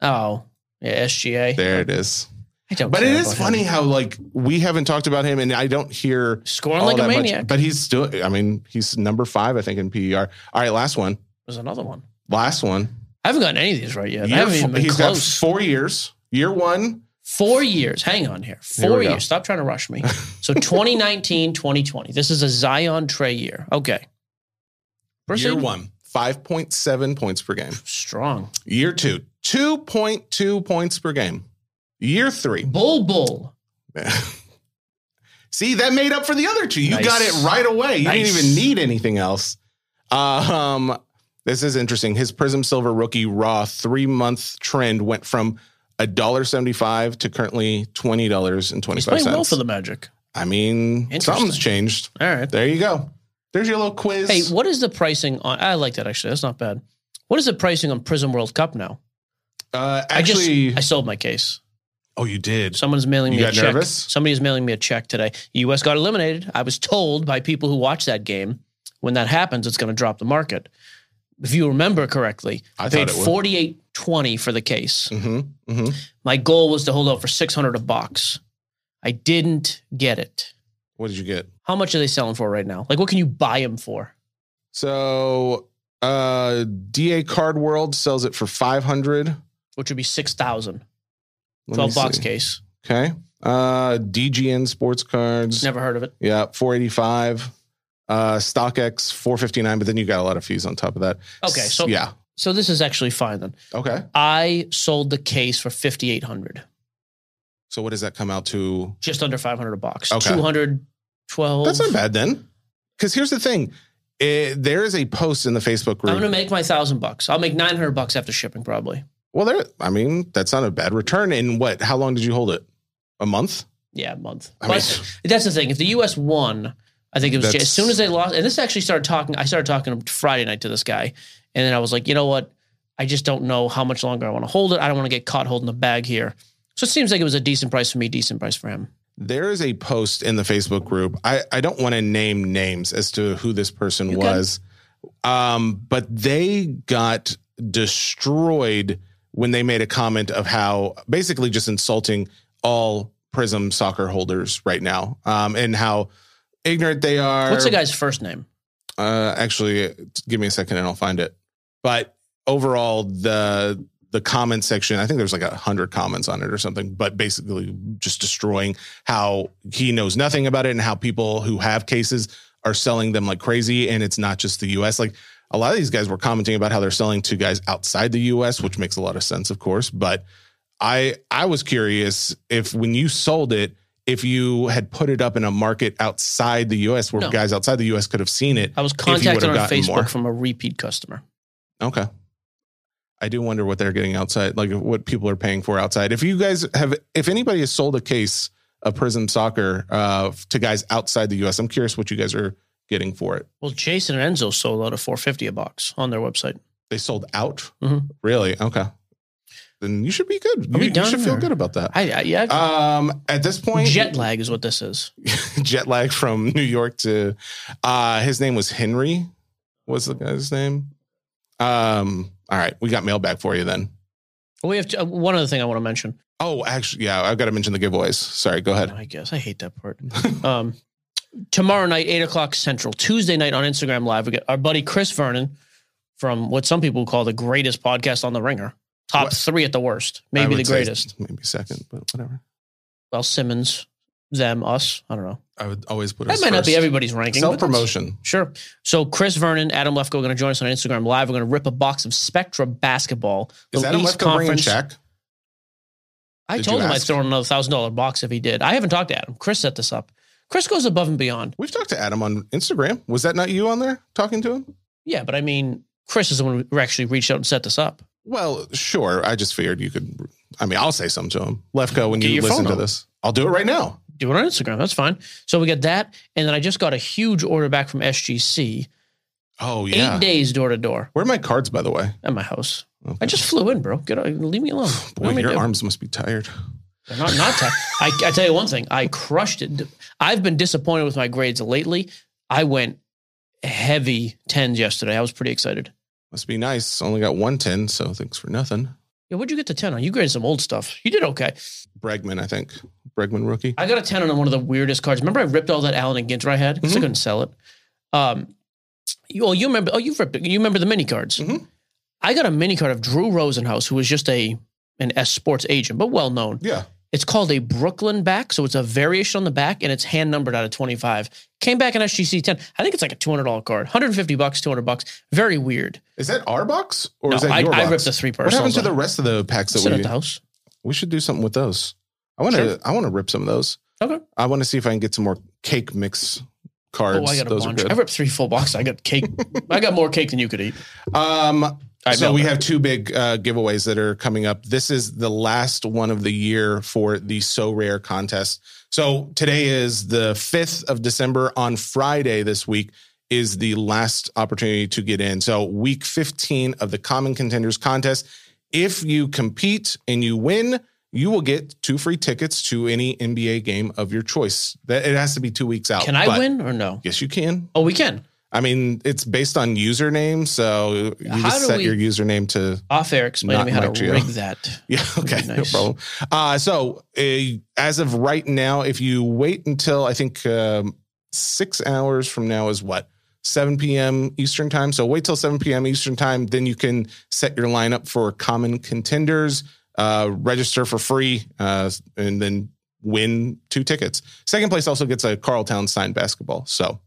Oh, yeah, SGA. There it is. I don't. But it care is about funny him. how like we haven't talked about him, and I don't hear scoring all like a that much, maniac. but he's still. I mean, he's number five, I think, in PER. All right, last one. There's another one. Last one. I haven't gotten any of these right yet. I Year haven't four, even been he's close. got four years. Year one, Four years. Hang on here. Here Four we go. years. Stop trying to rush me. So 2019, 2020. This is a Zion Trey year. Okay. year Proceed. one, five point seven points per game. Strong. Year two, two point two points per game. Year three. Bull Bull. See, that made up for the other two. You Nice. got it right away. You Nice. didn't even need anything else. Um, this is interesting. His Prism Silver rookie raw three month trend went from a dollar seventy five to currently twenty dollars and twenty He's five playing well cents. for the Magic. I mean, Interesting. something's changed. All right. There you go. There's your little quiz. Hey, what is the pricing on? I like that actually. That's not bad. What is the pricing on Prism World Cup now? Uh, actually, I just I sold my case. oh, you did. Someone's mailing You me a got check. nervous? Somebody is mailing me a check today. U.S. got eliminated. I was told by people who watch that game when that happens, it's going to drop the market. If you remember correctly, I I thought paid it would. forty eight twenty for the case. hmm hmm My goal was to hold out for six hundred a box. I didn't get it. What did you get? How much are they selling for right now? Like, what can you buy them for? So, uh, DA Card World sells it for five hundred. Which would be six thousand. Twelve box case. Okay. Uh, DGN Sports Cards. Never heard of it. Yeah, four eighty five. uh, StockX 459, but then you got a lot of fees on top of that. Okay, so- yeah, So this is actually fine then. okay. I sold the case for fifty eight hundred, So what does that come out to? just under five hundred a box. Okay. Two hundred twelve. That's not bad then, because here's the thing: Eh, there is a post in the Facebook I'm group. gonna make my thousand bucks. I'll make nine hundred bucks after shipping probably. well, there. I mean, that's not a bad return. And what? How long did you hold it? A month? Yeah, a month. But I mean- that's- that's the thing. If the U.S. won, I think it was That's- as soon as they lost. And this actually started talking. I started talking Friday night to this guy, and then I was like, you know what? I just don't know how much longer I want to hold it. I don't want to get caught holding the bag here. So it seems like it was a decent price for me, decent price for him. There is a post in the Facebook group. I, I don't want to name names as to who this person You can. was, um, but they got destroyed when they made a comment of how basically just insulting all Prism soccer holders right now um, and how ignorant they are. What's the guy's first name? Uh, actually, give me a second and I'll find it. But overall, the the comment section, I think there's like a hundred comments on it or something, but basically just destroying how he knows nothing about it and how people who have cases are selling them like crazy. And it's not just the US. Like a lot of these guys were commenting about how they're selling to guys outside the US, which makes a lot of sense, of course. But I I was curious if when you sold it, if you had put it up in a market outside the US where No. guys outside the US could have seen it. I was you would've contacted on gotten Facebook more. from a repeat customer. Okay. I do wonder what they're getting outside, like what people are paying for outside. If you guys have, if anybody has sold a case of Prism Soccer uh, to guys outside the U.S., I'm curious what you guys are getting for it. Well, Jason and Enzo sold out of four fifty a box on their website. They sold out, Mhm. really? Okay, then you should be good. Are we You, you should done, feel or- good about that. I, I yeah. Um, at this point, Jet lag is what this is. jet lag from New York to uh his name was Henry was the guy's name. Um all right, we got mail back for you then. We have to, uh, one other thing I want to mention. Oh, actually yeah, I've got to mention the giveaways. Sorry, go ahead. I guess I hate that part. um, tomorrow night, eight o'clock central. Tuesday night on Instagram Live, we got our buddy Chris Vernon from what some people call the greatest podcast on the Ringer. Top What? three at the worst, I maybe would the say greatest. Maybe second, but whatever. Well, Simmons, them, us. I don't know. I would always put That us might not be first. everybody's ranking. but that's- Self-promotion. Sure. So Chris Vernon, Adam Lefko are going to join us on Instagram Live. We're going to rip a box of Spectra basketball. Is the that a East left bringing check? I Did told you him I'd ask? throw in another thousand dollar box if he did. I haven't talked to Adam. Chris set this up. Chris goes above and beyond. We've talked to Adam on Instagram. Was that not you on there talking to him? Yeah, but I mean, Chris is the one who actually reached out and set this up. Well, sure. I just figured you could I mean, I'll say something to him. Lefko, when Get you your listen phone to out. this. I'll do it right now. Do it on Instagram. That's fine. So we got that. And then I just got a huge order back from SGC. Oh yeah. Eight days door to door Where are my cards by the way? at my house. Okay. I just flew in, bro. Get out, leave me alone. What Boy, am I your doing? arms must be tired. They're Not, not tight. I, I tell you one thing. I crushed it. I've been disappointed with my grades lately. I went heavy tens yesterday. I was pretty excited. Must be nice. Only got one ten, so thanks for nothing. Yeah, what'd you get to ten on? You graded some old stuff. You did okay. Bregman, I think. Bregman rookie. I got a 10 on one of the weirdest cards. Remember I ripped all that Allen and Ginter I had because I Mhm. couldn't sell it. Um, you, oh, you remember, oh, you've ripped it. You remember the mini cards. Mhm. I got a mini card of Drew Rosenhaus, who was just a, an S sports agent, but well known. Yeah. It's called a Brooklyn back. So it's a variation on the back and it's hand numbered out of 25. Came back in SGC 10. I think it's like a $200 card, 150 bucks, 200 bucks. Very weird. Is that our box or is No, that I, your I box? ripped the three what personal. happened to the rest of the packs that sit at we the house? we should do something with those? I want to Sure. I want to rip some of those. Okay. I want to see if I can get some more cake mix cards. Oh, I got a those bunch. are I good. ripped three full boxes. I got cake. I got more cake than you could eat. Um I so know we that. have two big uh, giveaways that are coming up. This is the last one of the year for the So Rare contest. So today is the 5th of December. On Friday this week is the last opportunity to get in. So week 15 of the Common Contenders contest. If you compete and you win, you will get two free tickets to any NBA game of your choice. That it has to be two weeks out. Can I but- win or no? Yes, you can. Oh, we can. I mean, it's based on username, so you How just do set we- your username to off air explain to Not me how Mike to Geo. rig that. yeah. Okay, no Nice. problem. Uh, so uh, as of right now, if you wait until I think um, six hours from now is what seven p.m. Eastern time. So wait till seven p.m. Eastern time, then you can set your lineup for common contenders. Uh, register for free, uh, and then win two tickets. Second place also gets a Carltown signed basketball. So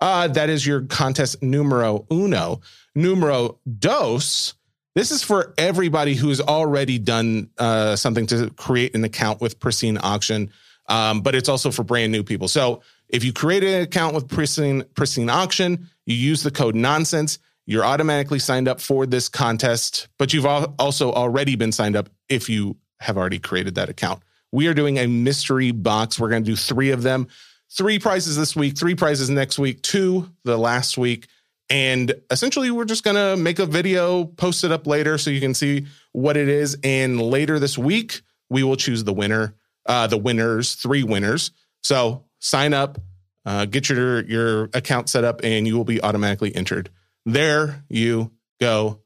Uh, that is your contest numero uno. Numero dos. This is for everybody who's already done uh, something to create an account with Pristine Auction, um, but it's also for brand new people. So if you create an account with Pristine, Pristine Auction, you use the code nonsense, you're automatically signed up for this contest, but you've al- also already been signed up if you have already created that account. We are doing a mystery box. We're going to do three of them three prizes this week, three prizes next week, two the last week. And essentially, we're just going to make a video, post it up later so you can see what it is. And later this week, we will choose the winner, uh, the winners, three winners. So sign up, uh, get your, your account set up, and you will be automatically entered. There you go.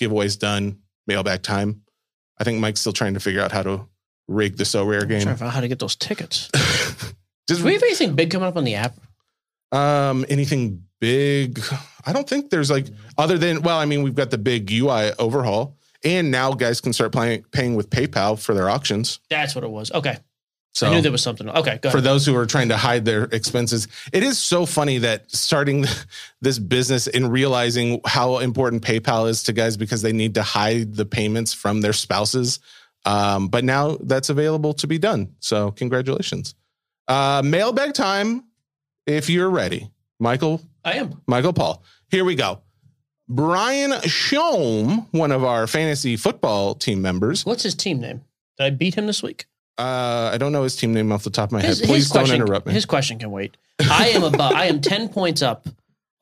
Giveaways done, mailback time. I think Mike's still trying to figure out how to rig the So Rare I'm trying game. to find out how to get those tickets. Just Do we have anything big coming up on the app? Um, anything big? I don't think there's like other than well, I mean, we've got the big UI overhaul, and now guys can start playing paying with PayPal for their auctions. That's what it was. Okay. So I knew there was something. Okay, go for ahead. those who are trying to hide their expenses, it is so funny that starting this business and realizing how important PayPal is to guys because they need to hide the payments from their spouses. Um, but now that's available to be done. So congratulations. Uh, mailbag time, if you're ready, Michael. I am. Michael Paul. Here we go. Brian Shom, one of our fantasy football team members. What's his team name? Did I beat him this week? Uh, I don't know his team name off the top of my His, head. his Please don't question, interrupt me. His question can wait. I am about. I am ten points up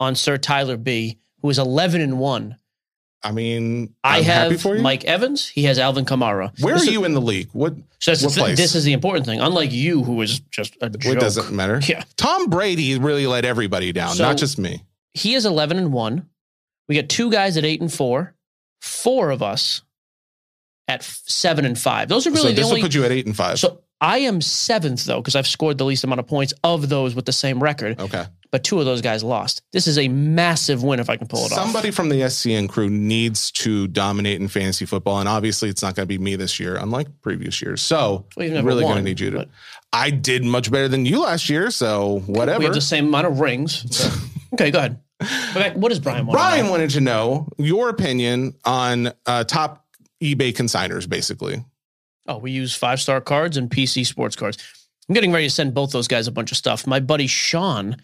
on Sir Tyler B, who is eleven and one. I mean, I I'm happy have for you. Mike Evans. He has Alvin Kamara. Where This are is- you in the league? What? So that's the What thing. place? this is the important thing. Unlike you, who is just a joke. It doesn't matter. Yeah. Tom Brady really let everybody down, So- not just me. He is eleven and one. We got two guys at eight and four. Four of us at f- seven and five. Those are really so the this only. will put you at eight and five. so I am seventh though because I've scored the least amount of points of those with the same record. okay. But two of those guys lost. This is a massive win if I can pull it off. Somebody from the SCN crew needs to dominate in fantasy football, and obviously, it's not going to be me this year, unlike previous years. So, Well, you've never really going to won, need you to. but- I did much better than you last year, so whatever. We have the same amount of rings. so- okay, go ahead. Go back. What does Brian want? Brian wanted to know your opinion on uh, top eBay consigners, basically. Oh, we use five star cards and PC sports cards. I'm getting ready to send both those guys a bunch of stuff. My buddy Sean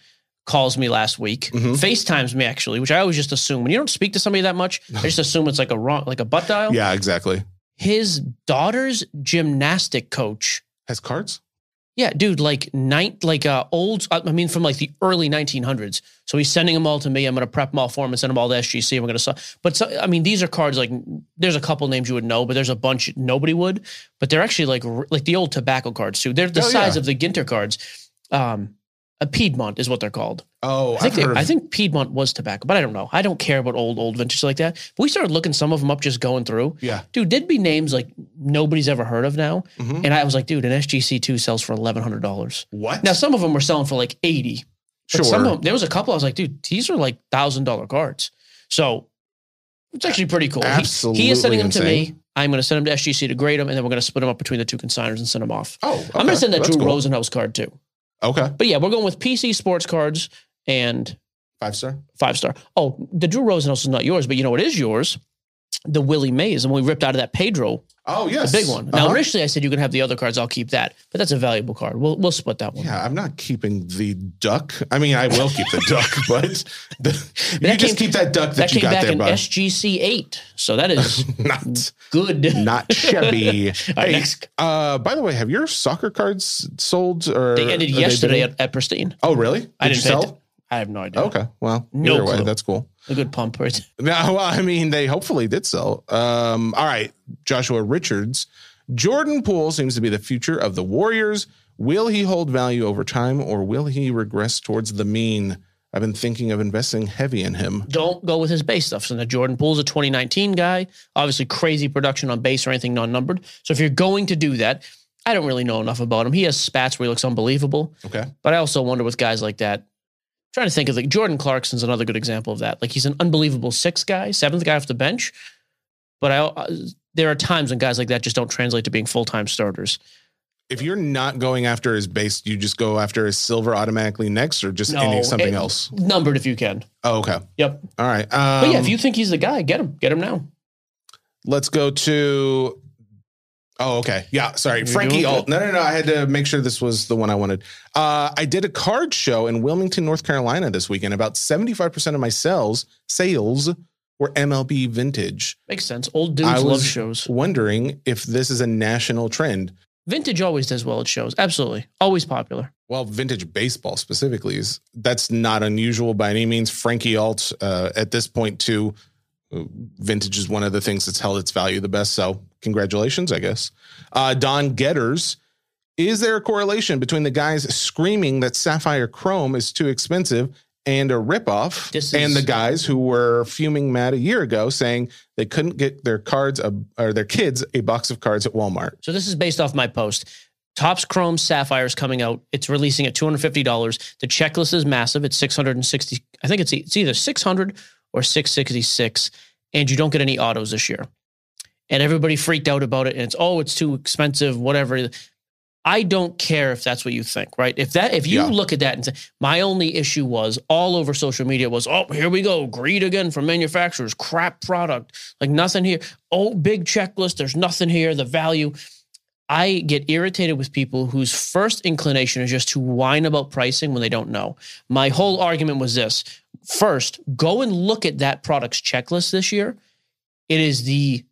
calls me last week, Mhm. FaceTimes me actually, which I always just assume when you don't speak to somebody that much, I just assume it's like a wrong, like a butt dial. Yeah, exactly. His daughter's gymnastic coach. Has cards? Yeah, dude, like ninth, like uh, old. I mean, from like the early 1900s. So he's sending them all to me. I'm gonna prep them all for him and send them all to SGC. I'm gonna. sell. But so, I mean, these are cards like there's a couple names you would know, but there's a bunch nobody would. But they're actually like r- like the old tobacco cards too. They're the Oh, size yeah. of the Ginter cards. Um, a Piedmont is what they're called. Oh, I think I've they, heard of- I think Piedmont was tobacco, but I don't know. I don't care about old old vintage like that. But we started looking some of them up, just going through. Yeah. Dude, there'd be names like nobody's ever heard of now. Mhm. And I was like, dude, an SGC two sells for eleven hundred dollars. What? Now some of them were selling for like eighty. sure. But some of them, there was a couple. I was like, dude, these are like thousand dollar cards. So it's actually pretty cool. He- He, Absolutely is sending them to insane. me. I'm going to send them to SGC to grade them, and then we're going to split them up between the two consigners and send them off. oh, okay. I'm going to send that That's Drew cool. Rosenhaus card too. Okay. But yeah, we're going with PC sports cards and Five star. five star. Oh, the Drew Rosenhaus is not yours, but you know what is yours? The Willie Mays, and we ripped out of that Pedro, Oh, yes. the big one. Now Uh-huh. initially I said you can have the other cards, I'll keep that, but that's a valuable card. We'll we'll split that one. Yeah, I'm not keeping the duck. I mean, I will keep the duck, but the, you That just came- keep that duck that, that you came got back there, in bud. SGC eight, so that is not, good. not shabby. All right, Hey, next. uh, by the way, have your soccer cards sold or They ended are been- yesterday at, at Pristine. Oh, really? I Did didn't you pay sell? atten- I have no idea. Okay. Well, No either way, clue. that's cool. a good pump. Right? No, well, I mean, they hopefully did sell. Um, all right, Joshua Richards. Jordan Poole seems to be the future of the Warriors. Will he hold value over time or will he regress towards the mean? I've been thinking of investing heavy in him. Don't go with his base stuff. So now Jordan Poole's a 2019 guy. Obviously, crazy production on base or anything non-numbered. So if you're going to do that, I don't really know enough about him. He has spats where he looks unbelievable, Okay. but I also wonder with guys like that. trying to think of like Jordan Clarkson's another good example of that. Like he's an unbelievable sixth guy, seventh guy off the bench, uh, but I. there are times when guys like that just don't translate to being full time starters. if you're not going after his base, do you just go after his silver automatically next, or just No, any something it- else? Numbered if you can. Oh, okay. Yep. All right. Um, But yeah, if you think he's the guy, get him. Get him now. let's go to. Oh, okay. Yeah. Sorry. You're doing Frankie good. Alt. No, no, no. I had to make sure this was the one I wanted. Uh, I did a card show in Wilmington, North Carolina this weekend. About 75% of my sales, sales were MLB vintage. Makes sense. Old dudes I love was- shows. Wondering if this is a national trend. Vintage always does well at shows. Absolutely. Always popular. Well, vintage baseball specifically is that's not unusual by any means. Frankie Alt, uh, at this point, too, uh, vintage is one of the things that's held its value the best. So, congratulations, I guess. Uh, Don Getters, is there a correlation between the guys screaming that Sapphire Chrome is too expensive and a ripoff, This and is- the guys who were fuming mad a year ago saying they couldn't get their cards a, or their kids a box of cards at Walmart? So this is based off my post. Topps Chrome Sapphire is coming out. It's releasing at two hundred fifty dollars. The checklist is massive. It's six hundred and sixty. I think it's e- it's either six hundred or six sixty six, and you don't get any autos this year. And everybody freaked out about it. And it's oh, it's too expensive. Whatever. I don't care if that's what you think, right? If that if you Yeah. look at that and say my only issue was all over social media was oh here we go greed again from manufacturers crap product like nothing here oh big checklist there's nothing here the value I get irritated with people whose first inclination is just to whine about pricing when they don't know. My whole argument was this first, go and look at that product's checklist this year. It is the,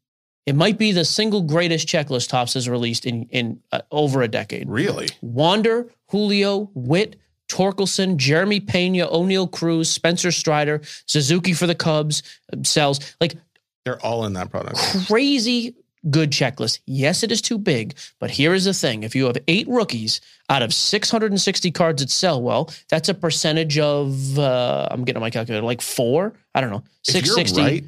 it might be the single greatest checklist Tops has released in, in uh, over a decade. Really? Wander, Julio, Witt, Torkelson, Jeremy Pena, O'Neill Cruz, Spencer Strider, Suzuki for the Cubs, um, sells. Like They're all in that product. crazy good checklist. Yes, it is too big, but here is the thing. If you have eight rookies out of 660 cards that sell well, that's a percentage of, uh, I'm getting my calculator, like four? I don't know. If you're 660. right,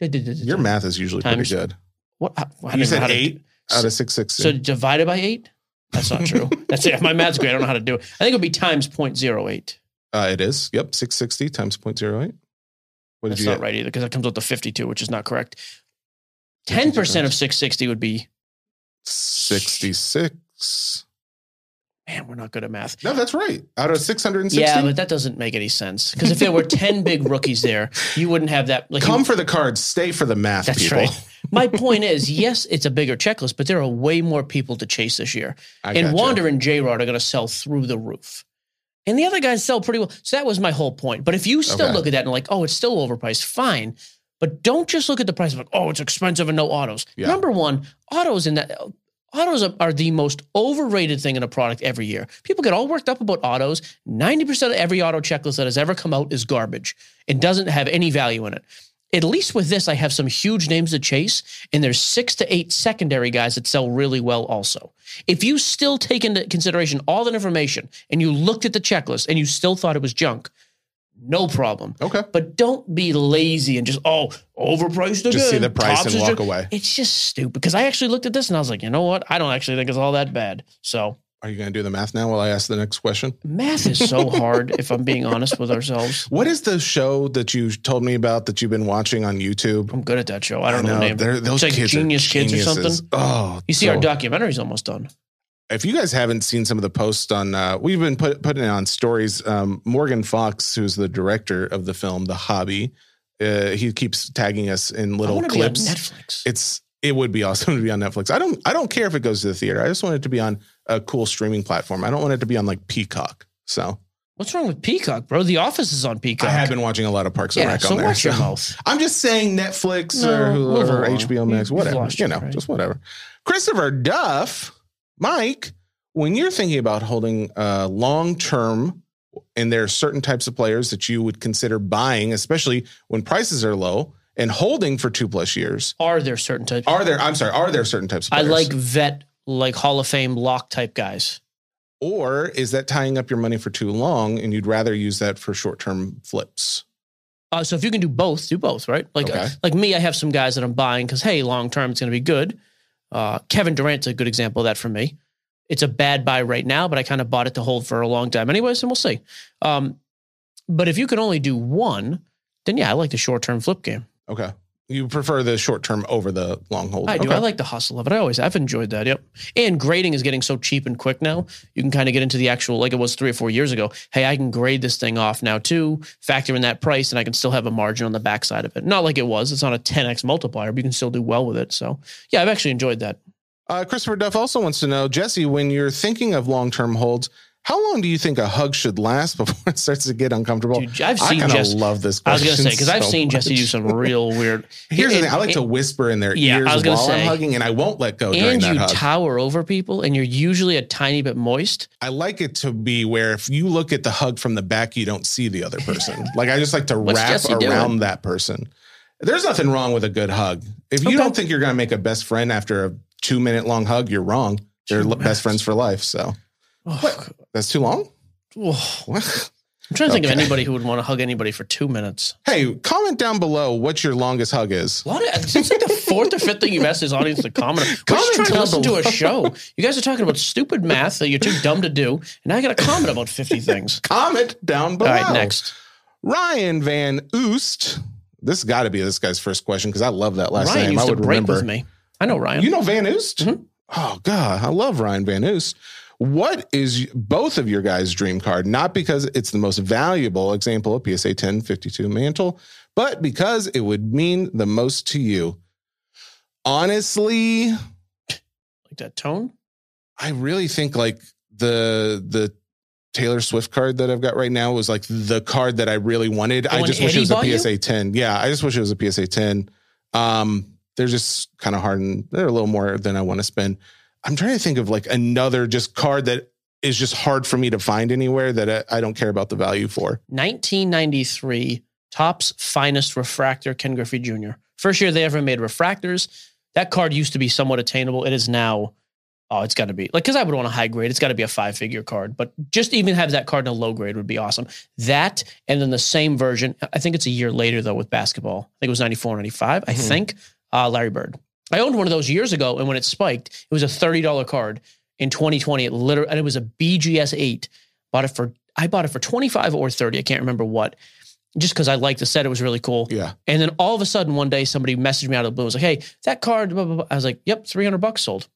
Duh, duh, duh, duh, Your duh. math is usually Times- pretty good. What, I- I don't You even know how said to- eight out of six sixty. So divided by eight? That's not true. that's it. My math's great. I don't know how to do it. I think it would be times 0.08. uh, it is. Yep, six sixty times point zero eight. What did That's you not get? right either because that comes out to 52, which is not correct. What did you 10% of get? 660 would be, sixty six. man, we're not good at math. No, that's right. Out of six hundred and sixty. Yeah, but that doesn't make any sense. Because if there were 10 big rookies there, you wouldn't have that. Like, Come you- for the cards, stay for the math, That's people. right. My point is, yes, it's a bigger checklist, but there are way more people to chase this year. I and gotcha. Wander and J Rod are going to sell through the roof. And the other guys sell pretty well. So that was my whole point. But if you still Okay. look at that and like, oh, it's still overpriced, fine. But don't just look at the price of like, oh, it's expensive and no autos. Yeah. Number one, autos in that autos are, are the most overrated thing in a product every year. People get all worked up about autos. 90% of every auto checklist that has ever come out is garbage. It doesn't have any value in it. At least with this, I have some huge names to chase, and there's six to eight secondary guys that sell really well also. If you still take into consideration all that information and you looked at the checklist and you still thought it was junk, no problem. Okay. But don't be lazy and just, oh, overpriced again. Just see the price Tops and is walk junk." away. It's just stupid because I actually looked at this and I was like, you know what? I don't actually think it's all that bad. So Are you going to do the math now while I ask the next question? math is so hard if I'm being honest with ourselves. What is the show that you told me about that you've been watching on YouTube? I'm good at that show. I don't know, the name. they're- Those It's like kids Genius are Kids or something. geniuses. Oh, You see, so our documentary's almost done. if you guys haven't seen some of the posts on uh, we've been put, putting it on stories um, morgan fox who's the director of the film the hobby uh, he keeps tagging us in I little wanna be on clips Netflix. it's it would be awesome to be on netflix i don't i don't care if it goes to the theater i just want it to be on a cool streaming platform i don't want it to be on like peacock so What's wrong with Peacock, bro? The Office is on Peacock. i have been watching a lot of parks and Yeah, rec so on there watch your so- mouth. I'm just saying Netflix No, or move Hulu or along. HBO Max, You- you've whatever. lost You it, know, right? just whatever. Christopher Duff, Mike, when you're thinking about holding uh, long term, and there are certain types of players that you would consider buying, especially when prices are low and holding for two plus years. Are there certain types? Are there? I'm sorry. Are there certain types? of I players? like vet, like Hall of Fame lock type guys. Or is that tying up your money for too long, and you'd rather use that for short term flips? Uh, so if you can do both, do both, right? Like, Okay. like me, I have some guys that I'm buying because hey, long term it's going to be good. Uh, Kevin Durant's a good example of that for me. It's a bad buy right now, but I kind of bought it to hold for a long time, anyways, and we'll see. Um, but if you can only do one, then yeah, I like the short term flip game. Okay. You prefer the short term over the long hold. I do. Okay. I like the hustle of it. I always I've enjoyed that. Yep. And grading is getting so cheap and quick now. You can kind of get into the actual like it was three or four years ago. Hey, I can grade this thing off now too. Factor in that price, and I can still have a margin on the backside of it. Not like it was. It's not a 10x multiplier, but you can still do well with it. So yeah, I've actually enjoyed that. Uh, Christopher Duff also wants to know, Jesse, when you're thinking of long term holds, how long do you think a hug should last before it starts to get uncomfortable? Dude, I've I seen kind of Jesse. love this. I was Question gonna say because I've so seen Jesse much. do some real weird. Here's the and- thing: I like to and- whisper in their Yeah, I ears was gonna while say. I'm hugging, and I won't let go during And that you hug. tower over people, and you're usually a tiny bit moist. I like it to be where if you look at the hug from the back, you don't see the other person. like I just like to What's wrap Jesse doing? around that person. There's nothing wrong with a good hug. If you Okay. don't think you're going to make a best friend after a two minute long hug, you're wrong. They're Two l- minutes. best friends for life. So Oh, What? that's too long. God. What? I'm trying to think Okay. of anybody who would want to hug anybody for two minutes. Hey, comment down below what your longest hug is. A lot of, it seems like the fourth or fifth thing you've asked this audience to comment. on. We're just Comment trying to down listen to a below. show. You guys are talking about stupid math that you're too dumb to do, and I got to comment about 50 things. Comment down All below. right, next. Ryan Van Oost. This got to be this guy's first question because I love that last Ryan name. I used to would break remember. with me. I know Ryan. You know Van Oost? Mhm. Oh God, I love Ryan Van Oost. What is both of your guys' dream card? Not because it's the most valuable example of PSA 1052 mantle, but because it would mean the most to you. Honestly, like that tone. I really think like the the Taylor Swift card that I've got right now was like the card that I really wanted. I one just wish it was Eddie bought you? a PSA 10. Yeah, I just wish it was a PSA 10. Um, they're just kind of hard and they're a little more than I want to spend. I'm trying to think of like another just card that is just hard for me to find anywhere that I, I don't care about the value for. 1993 Topps Finest Refractor Ken Griffey Jr. First year they ever made refractors. That card used to be somewhat attainable. It is now, oh, it's got to be like because I would want a high grade. It's got to be a five figure card, but just even have that card in a low grade would be awesome. That and then the same version. I think it's a year later though with basketball. I think it was 94, 95. I Mhm. think uh, Larry Bird. I owned one of those years ago, and when it spiked, it was a thirty dollar card. In 2020, it literally and it was a BGS eight. Bought it for I bought it for 25 or 30. I can't remember what, just because I liked the set. It was really cool. Yeah. And then all of a sudden, one day, somebody messaged me out of the blue. was like, hey, that card, blah, blah, blah. I was like, yep, 300 bucks sold.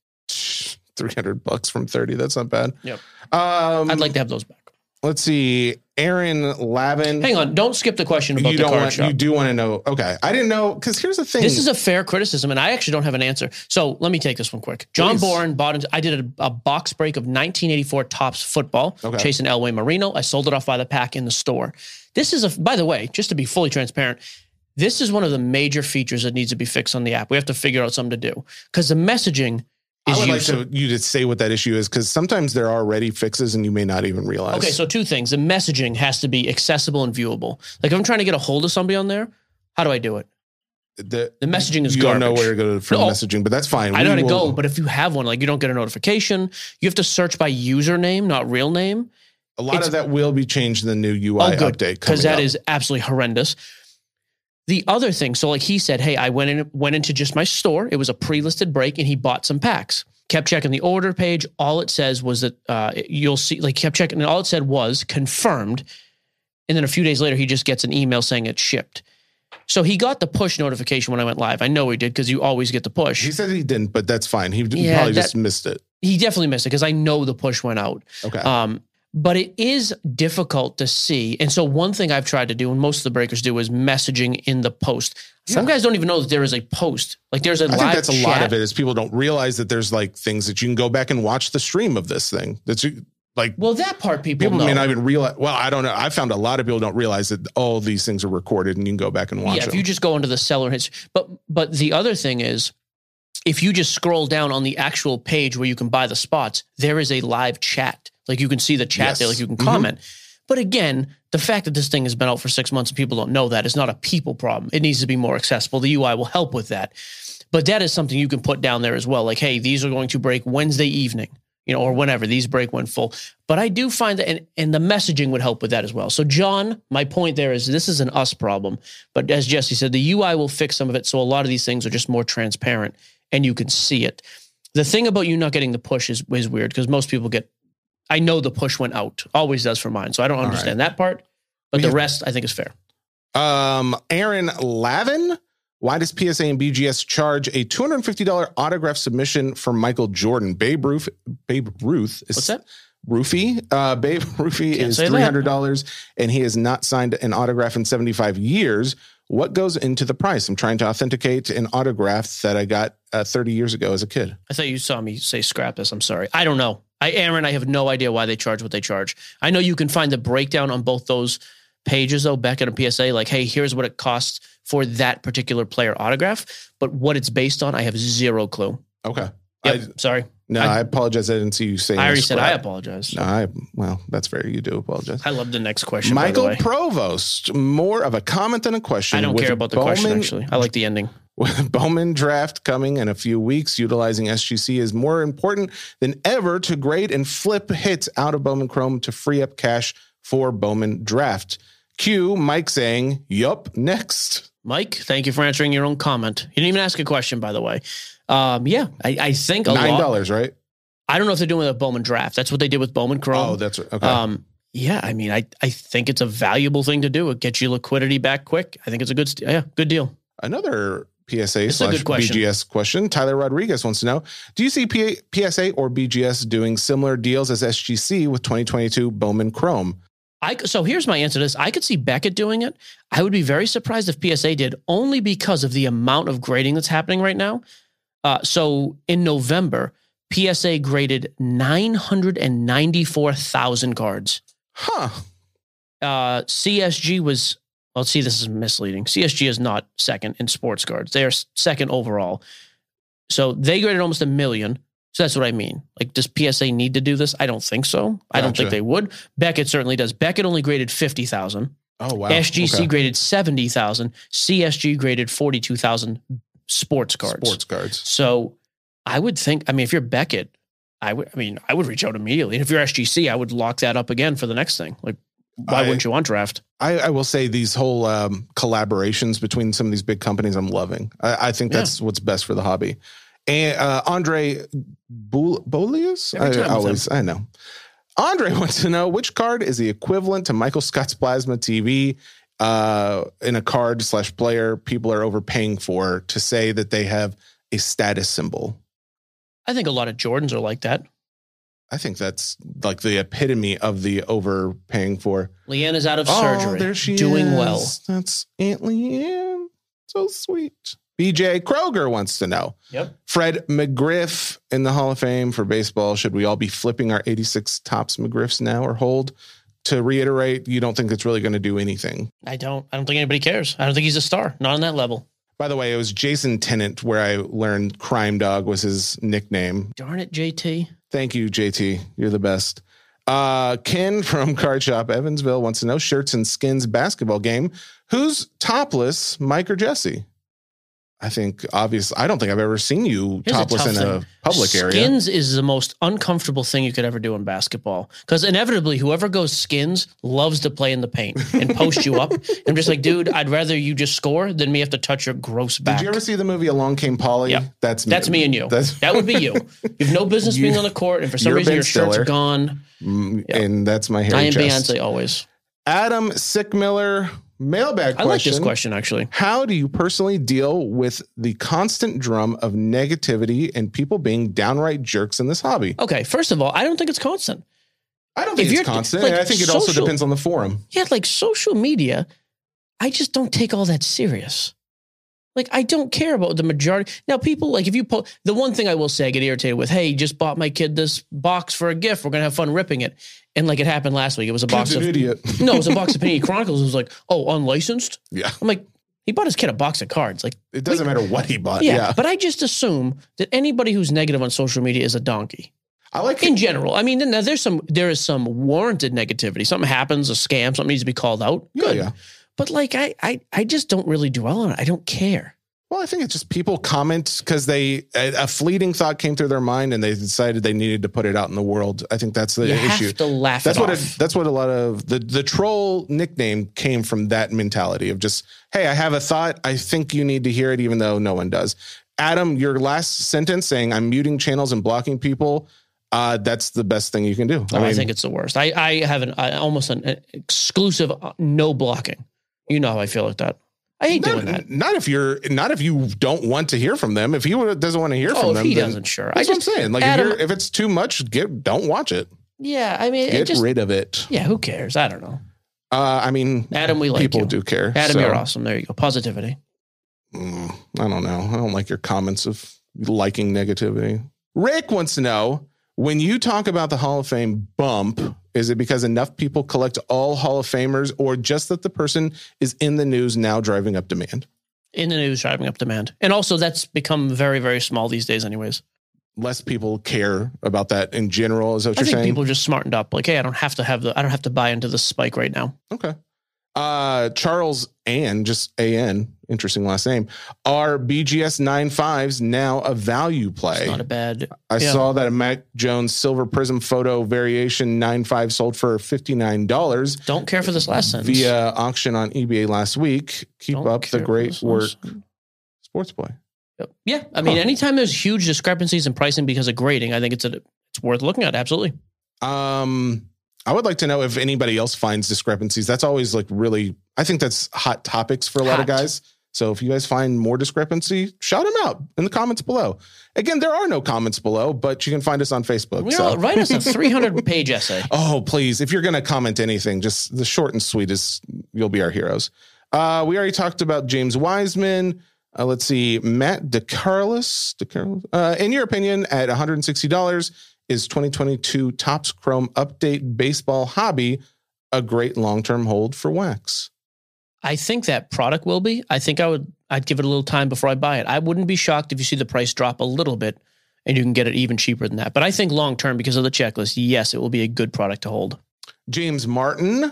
300 bucks from 30. That's not bad. Yep. Um, I'd like to have those back. let's see. Aaron Lavin. Hang on. Don't skip the question about you the don't card want, shop. you do want to know. Okay. I didn't know. Cause here's the thing. This is a fair criticism, and I actually don't have an answer. So let me take this one quick. John Please. Boren bought into, I did a, a box break of 1984 Topps football, Okay. chasing Elway Marino. I sold it off by the pack in the store. This is a, by the way, just to be fully transparent, this is one of the major features that needs to be fixed on the app. We have to figure out something to do because the messaging I is would like used. to, you to say what that issue is because sometimes there are ready fixes and you may not even realize. Okay, so two things. The messaging has to be accessible and viewable. Like if I'm trying to get a hold of somebody on there, how do I do it? the, The messaging is you garbage. don't know where to go for No. messaging, but that's fine. I know how We to will- go, but if you have one, like you don't get a notification, you have to search by username, not real name, a lot it's- of that will be changed in the new UI Oh, good, update because coming that up. is absolutely horrendous. The other thing, so like he said, hey, I went in, went into just my store. It was a pre-listed break, and he bought some packs. Kept checking the order page. All it says was that uh, you'll see. Like kept checking, and all it said was confirmed. And then a few days later, he just gets an email saying it's shipped. So he got the push notification when I went live. I know he did because you always get the push. He said he didn't, but that's fine. He d- Yeah, probably that- just missed it. he definitely missed it because I know the push went out. Okay. Um, but it is difficult to see. And so one thing I've tried to do, and most of the breakers do, is messaging in the post. Some Yeah. guys don't even know that there is a post. Like there's a I live think that's a lot chat. of it is people don't realize that there's like things that you can go back and watch the stream of this thing. That's you- like Well, that part people, people know. may not even realize. Well, I don't know. I found a lot of people don't realize that all these things are recorded and you can go back and watch yeah, if them. you just go into the seller history. But but the other thing is, if you just scroll down on the actual page where you can buy the spots, there is a live chat. Like you can see the chat there, Yes. like you can Mhm. comment. But again, the fact that this thing has been out for six months and people don't know that is not a people problem. It needs to be more accessible. The UI will help with that. But that is something you can put down there as well. Like, hey, these are going to break Wednesday evening, you know, or whenever these break when full. But I do find that, and, and the messaging would help with that as well. So, John, my point there is this is an us problem. But as Jesse said, the UI will fix some of it. So, a lot of these things are just more transparent and you can see it. The thing about you not getting the push is, is weird because most people get, I know the push went out, always does for mine. So, I don't All right. understand that part. But We the have- rest, I think, is fair. Um, Aaron Lavin Why does PSA and BGS charge a $250 autograph submission for Michael Jordan? Babe Ruth, Babe Ruth is What's that? Roofie. Uh, Babe Roofie Can't is say that. three hundred dollars, and he has not signed an autograph in seventy five years. What goes into the price? I'm trying to authenticate an autograph that I got uh, thirty years ago as a kid. I thought you saw me say scrap this. I'm sorry. I don't know. I Aaron, I have no idea why they charge what they charge. I know you can find the breakdown on both those pages though, back at a PSA, like, hey, here's what it costs for that particular player autograph. But what it's based on, I have zero clue. Okay. Yep, I, sorry. no, I, I- apologize. I didn't see you saying. I already this, said but- I apologize. No, I well, that's fair. You do apologize. I love the next question. Michael by the way. Provost, more of a comment than a question. I don't With care about the question Bowman- actually. I like the ending. With Bowman draft coming in a few weeks, utilizing SGC is more important than ever to grade and flip hits out of Bowman Chrome to free up cash for Bowman draft. Q Mike saying, Yup, next. Mike, thank you for answering your own comment. You didn't even ask a question, by the way. Um, yeah, I, I think a Nine lot. dollars, right? I don't know if they're doing a Bowman draft. That's what they did with Bowman Chrome. Oh, that's right. Okay. Um, yeah, I mean, I, I think it's a valuable thing to do. It gets you liquidity back quick. I think it's a good, st- yeah, good deal. Another PSA It's a slash good question. BGS question. Tyler Rodriguez wants to know Do you see P- PSA or BGS doing similar deals as SGC with 2022 Bowman Chrome? I c- so here's my answer to this. I could see Beckett doing it. I would be very surprised if PSA did, only because of the amount of grading that's happening right now. Uh, so in November, PSA graded nine hundred and ninety-four thousand cards. Huh. Uh, CSG was. Well, see, this is misleading. CSG is not second in sports cards. They are s- second overall. So they graded almost a million. So that's what I mean. Like, does PSA need to do this? I don't think so. I don't think Gotcha. they would. Beckett certainly does. Beckett only graded fifty thousand. Oh, wow. SGC Okay. graded 70,000, CSG graded 42,000 sports cards. Sports cards. So I would think, I mean, if you're Beckett, I would, I mean, I would reach out immediately. And if you're SGC, I would lock that up again for the next thing. Like, why I- wouldn't you want draft? I, I will say these whole um, collaborations between some of these big companies, I'm loving. I, I think Yeah. that's what's best for the hobby. And uh, Andre Bul- Bolius, Every time I with always, I know. Andre wants to know which card is the equivalent to Michael Scott's plasma TV uh, in a card slash player people are overpaying for to say that they have a status symbol. I think a lot of Jordans are like that. I think that's like the epitome of the overpaying for. Leanna's out of Oh, surgery, doing well. That's Aunt Leanne. So sweet. BJ Kroger wants to know. Yep. Fred McGriff in the Hall of Fame for baseball. Should we all be flipping our 86 tops McGriffs now or hold? To reiterate, you don't think it's really going to do anything. I don't, I don't think anybody cares. I don't think he's a star, not on that level. By the way, it was Jason Tennant where I learned Crime Dog was his nickname. Darn it, JT. Thank you, JT. You're the best. Uh, Ken from Card Shop Evansville wants to know shirts and skins basketball game. Who's topless, Mike or Jesse? I think obvious. I don't think I've ever seen you Here's a topless tough in a thing. public skins area. is the most uncomfortable thing you could ever do in basketball because inevitably whoever goes skins loves to play in the paint and post you up. I'm just like, dude, I'd rather you just score than me have to touch your gross back. Did you ever see the movie Along Came Polly? Yeah. That's That's me and you. That's that would be you. You have no business You- being on the court, and for some you're reason Ben your shirts Stiller. are gone. Mm, Yeah. and that's my hair. I am chest. Beyonce always. Adam Sickmiller mailbag. I like this question actually. How do you personally deal with the constant drum of negativity and people being downright jerks in this hobby? Okay, first of all, I don't think it's constant. I don't think If it's you're- constant. like, I think it also social- depends on the forum. yeah, like social media, I just don't take all that serious. Like I don't care about the majority. Now, people like if you po- the one thing I will say I get irritated with, hey, just bought my kid this box for a gift. We're gonna have fun ripping it. And like it happened last week. It was a box Kid's an of idiot. No, it was a box of Panini Chronicles. It was like, oh, unlicensed? Yeah. I'm like, he bought his kid a box of cards. Like, It doesn't matter what he bought. yeah. Uh, Yeah. But I just assume that anybody who's negative on social media is a donkey I like in general. I mean, now there's some there is some warranted negativity. Something happens, a scam, something needs to be called out. Yeah, Good. yeah. But like I, I I just don't really dwell on it. I don't care. Well, I think it's just people comment because they a, a fleeting thought came through their mind and they decided they needed to put it out in the world. I think that's the you issue. have to laugh That's it what it, off. that's what a lot of the the troll nickname came from that mentality of just hey I have a thought I think you need to hear it even though no one does. Adam, your last sentence saying I'm muting channels and blocking people, uh, that's the best thing you can do. Oh, I, think it's the worst. I I have an I, almost an exclusive uh, no blocking. You know how I feel like that. I hate Not, doing that. not if you're not if you don't want to hear from them. If he doesn't want to hear Oh, from if them, he then- doesn't, sure. I That's just, what I'm saying. Like Adam- if, you're, if it's too much, get don't watch it. yeah, I mean, it Get just, rid of it. yeah, who cares? I don't know. Uh, I mean, Adam, we like people you. do care. Adam, so, you're awesome. There you go. Positivity. mm, I don't know. I don't like your comments of liking negativity. Rick wants to know when you talk about the Hall of Fame bump, is it because enough people collect all Hall of Famers, or just that the person is in the news now driving up demand? In the news, driving up demand. And also, that's become very, very small these days, anyways. Less people care about that in general. Is that what I you're think saying? people just smartened up. Like, hey, I don't have to have the, I don't have to buy into this spike right now. Okay. Uh, Charles Ann, just AN, interesting last name. Are BGS 95s now a value It's play? not a bad. I yeah. saw that a Mac Jones Silver Prism Photo Variation 95 sold for $59 Don't care for this last sentence. via auction on eBay last week. Keep Don't up care the for great this last work, sentence. sports play. Yep. Yeah, I mean, Huh. anytime there's huge discrepancies in pricing because of grading, I think it's a, it's worth looking at. Absolutely. Um, I would like to know if anybody else finds discrepancies. That's always like really, I think that's hot topics for a lot of Hot. guys. So if you guys find more discrepancy, shout them out in the comments below. Again, there are no comments below, but you can find us on Facebook. You so- know, write us a 300 page essay. Oh, please. If you're going to comment anything, just the short and sweet is you'll be our heroes. Uh, we already talked about James Wiseman. Uh, let's see, Matt DeCarlos. DeCarlos? Uh, in your opinion, at $160, is 2022 Topps Chrome Update Baseball Hobby a great long term hold for Wax? I think that product will be. I think I would. I'd give it a little time before I buy it. I wouldn't be shocked if you see the price drop a little bit, and you can get it even cheaper than that. But I think long term, because of the checklist, yes, it will be a good product to hold. James Martin,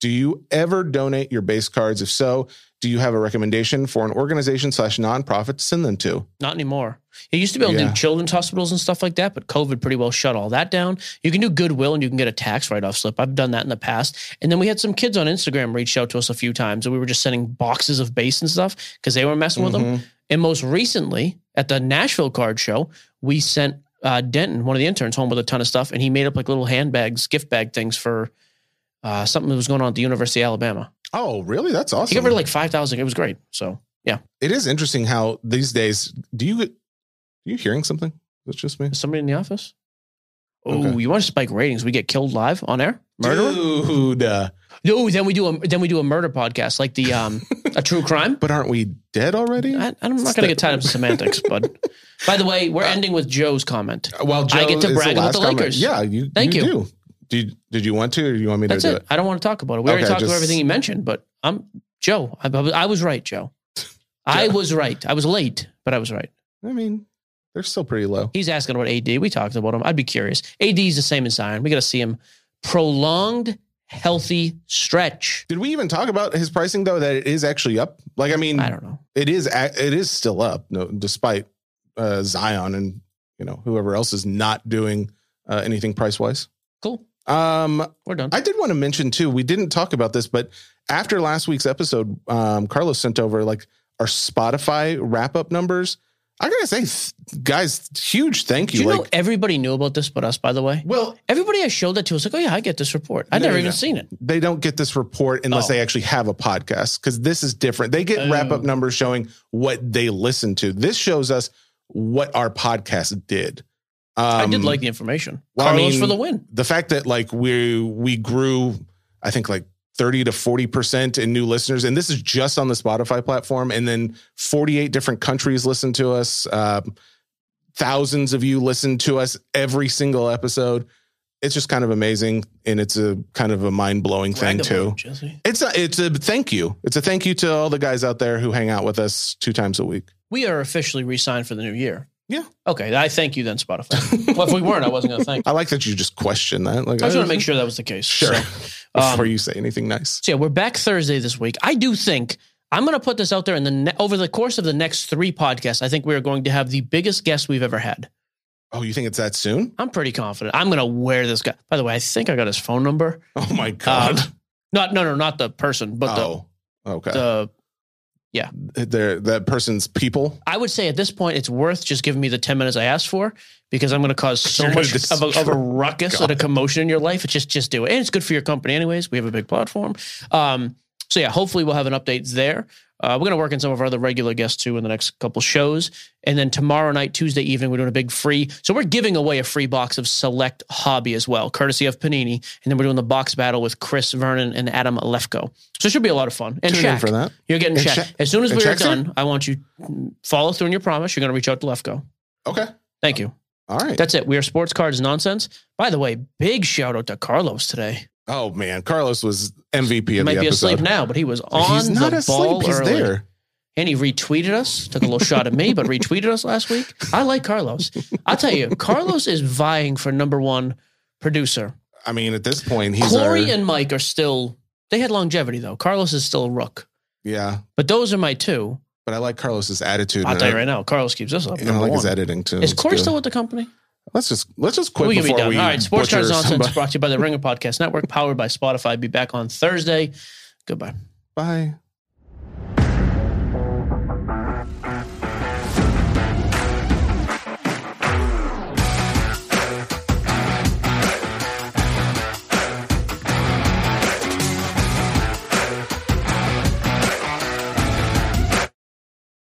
do you ever donate your base cards? If so, do you have a recommendation for an organization slash nonprofit to send them to? Not anymore. You used to be able to Yeah. do children's hospitals and stuff like that, but COVID pretty well shut all that down. You can do Goodwill and you can get a tax write off slip. I've done that in the past. And then we had some kids on Instagram reach out to us a few times and we were just sending boxes of base and stuff because they were messing with them. Mhm. And most recently, at the Nashville card show, we sent uh, Denton, one of the interns, home with a ton of stuff, and he made up like little handbags, gift bag things for uh, something that was going on at the University of Alabama. Oh, really? That's He awesome. got rid of like five thousand. It was great. So yeah, it is interesting how these days do you are you hearing something that's just me is somebody in the office? Oh, Okay. you want to spike ratings? We get killed live on air. Murderer? dude uh, No, then we do a then we do a murder podcast like the um a true crime. but aren't we dead already I, I'm not going to get tied up in semantics, bud. By the way, we're ending with Joe's comment. well I get to is brag about last the comment. Lakers. yeah you Thank you. do. did did you want to or you want me That's to do it. it, I don't want to talk about it. We already Okay, talked about just- everything you mentioned, but I'm Joe. I, I was- I was right, Joe. I was right. I was late, but I was right. i mean they're still pretty low He's asking about AD. We talked about him. I'd be curious. AD is the same as Zion. We got to see him prolonged, healthy stretch. did we even talk about his pricing though that it is actually up like i mean I don't know. it is a- it is still up no despite uh zion and you know whoever else is not doing uh, anything price wise Cool. um We're done. I did want to mention too, we didn't talk about this, but after last week's episode, um, Carlos sent over like our Spotify wrap up numbers. I gotta say, th- guys, huge thank Do you. you like, know everybody knew about this but us, by the way? well, Everybody I showed that to was like, oh, yeah, I get this report. I've No, never no, even no. seen it. they don't get this report unless Oh. they actually have a podcast because this is different. They get wrap up Oh. numbers showing what they listen to. This shows us what our podcast did. Um, I did like the information. well, I Carlos mean- for the win. the fact that like we we grew i think like 30 to 40% in new listeners and this is just on the spotify platform and then 48 different countries listen to us um, thousands of you listen to us every single episode it's just kind of amazing and it's a kind of a mind-blowing thing Brag too about it, Jesse. it's a it's a thank you it's a thank you to all the guys out there who hang out with us two times a week We are officially re signed for the new year. Yeah. Okay. I thank you then, Spotify. well, if we weren't, I wasn't going to thank i like that you just question that like I just want to make sure that was the case. sure So, um, before you say anything nice so yeah, we're back Thursday this week. I do think I'm going to put this out there in the ne- over the course of the next three podcasts. I think we are going to have the biggest guest we've ever had. oh you think it's that soon I'm pretty confident. I'm going to wear this guy. By the way, I think I got his phone number. Oh my god. Um, Not no no not the person, but oh. okay. the the. They're- that person's people. I would say at this point it's worth just giving me the ten minutes I asked for because I'm going to cause so You're gonna much of a, of destroy- a ruckus God. and a commotion in your life. It's just just do it, and it's good for your company anyways. We have a big platform. Um, So yeah, hopefully we'll have an update there. Uh, we're going to work in some of our other regular guests too in the next couple shows. And then tomorrow night, Tuesday evening, we're doing a big free. So we're giving away a free box of Select Hobby as well, courtesy of Panini. And then we're doing the box battle with Chris Vernon and Adam Lefko. So it should be a lot of fun. And Tune in Shaq, for that. you're getting And Shaq. Shaq- As soon as and we're Shaq's here? done, I want you to follow through on your promise. You're going to reach out to Lefko. Okay. Thank you. All right. That's it. We are Sports Cards Nonsense. By the way, big shout out to Carlos today. oh man, Carlos was MVP He of might the be episode. asleep now, but he was on He's not the ball asleep. He's early. there. And he retweeted us, took a little shot at me, but retweeted us last week. I like Carlos. I'll tell you, Carlos is vying for number one producer. I mean, at this point, he's Corey our- and Mike are still, they had longevity though. Carlos is still a rook. yeah. But those are my two. But I like Carlos's attitude. I'll and tell you I- right now, Carlos keeps us up. and I number like his one. editing too. Is It's Corey good. still with the company? Let's just let's just quit we can be before done. we. All right, Sports butcher Cards Nonsense somebody. brought to you by the Ringer Podcast Network, powered by Spotify. Be back on Thursday. Goodbye. Bye.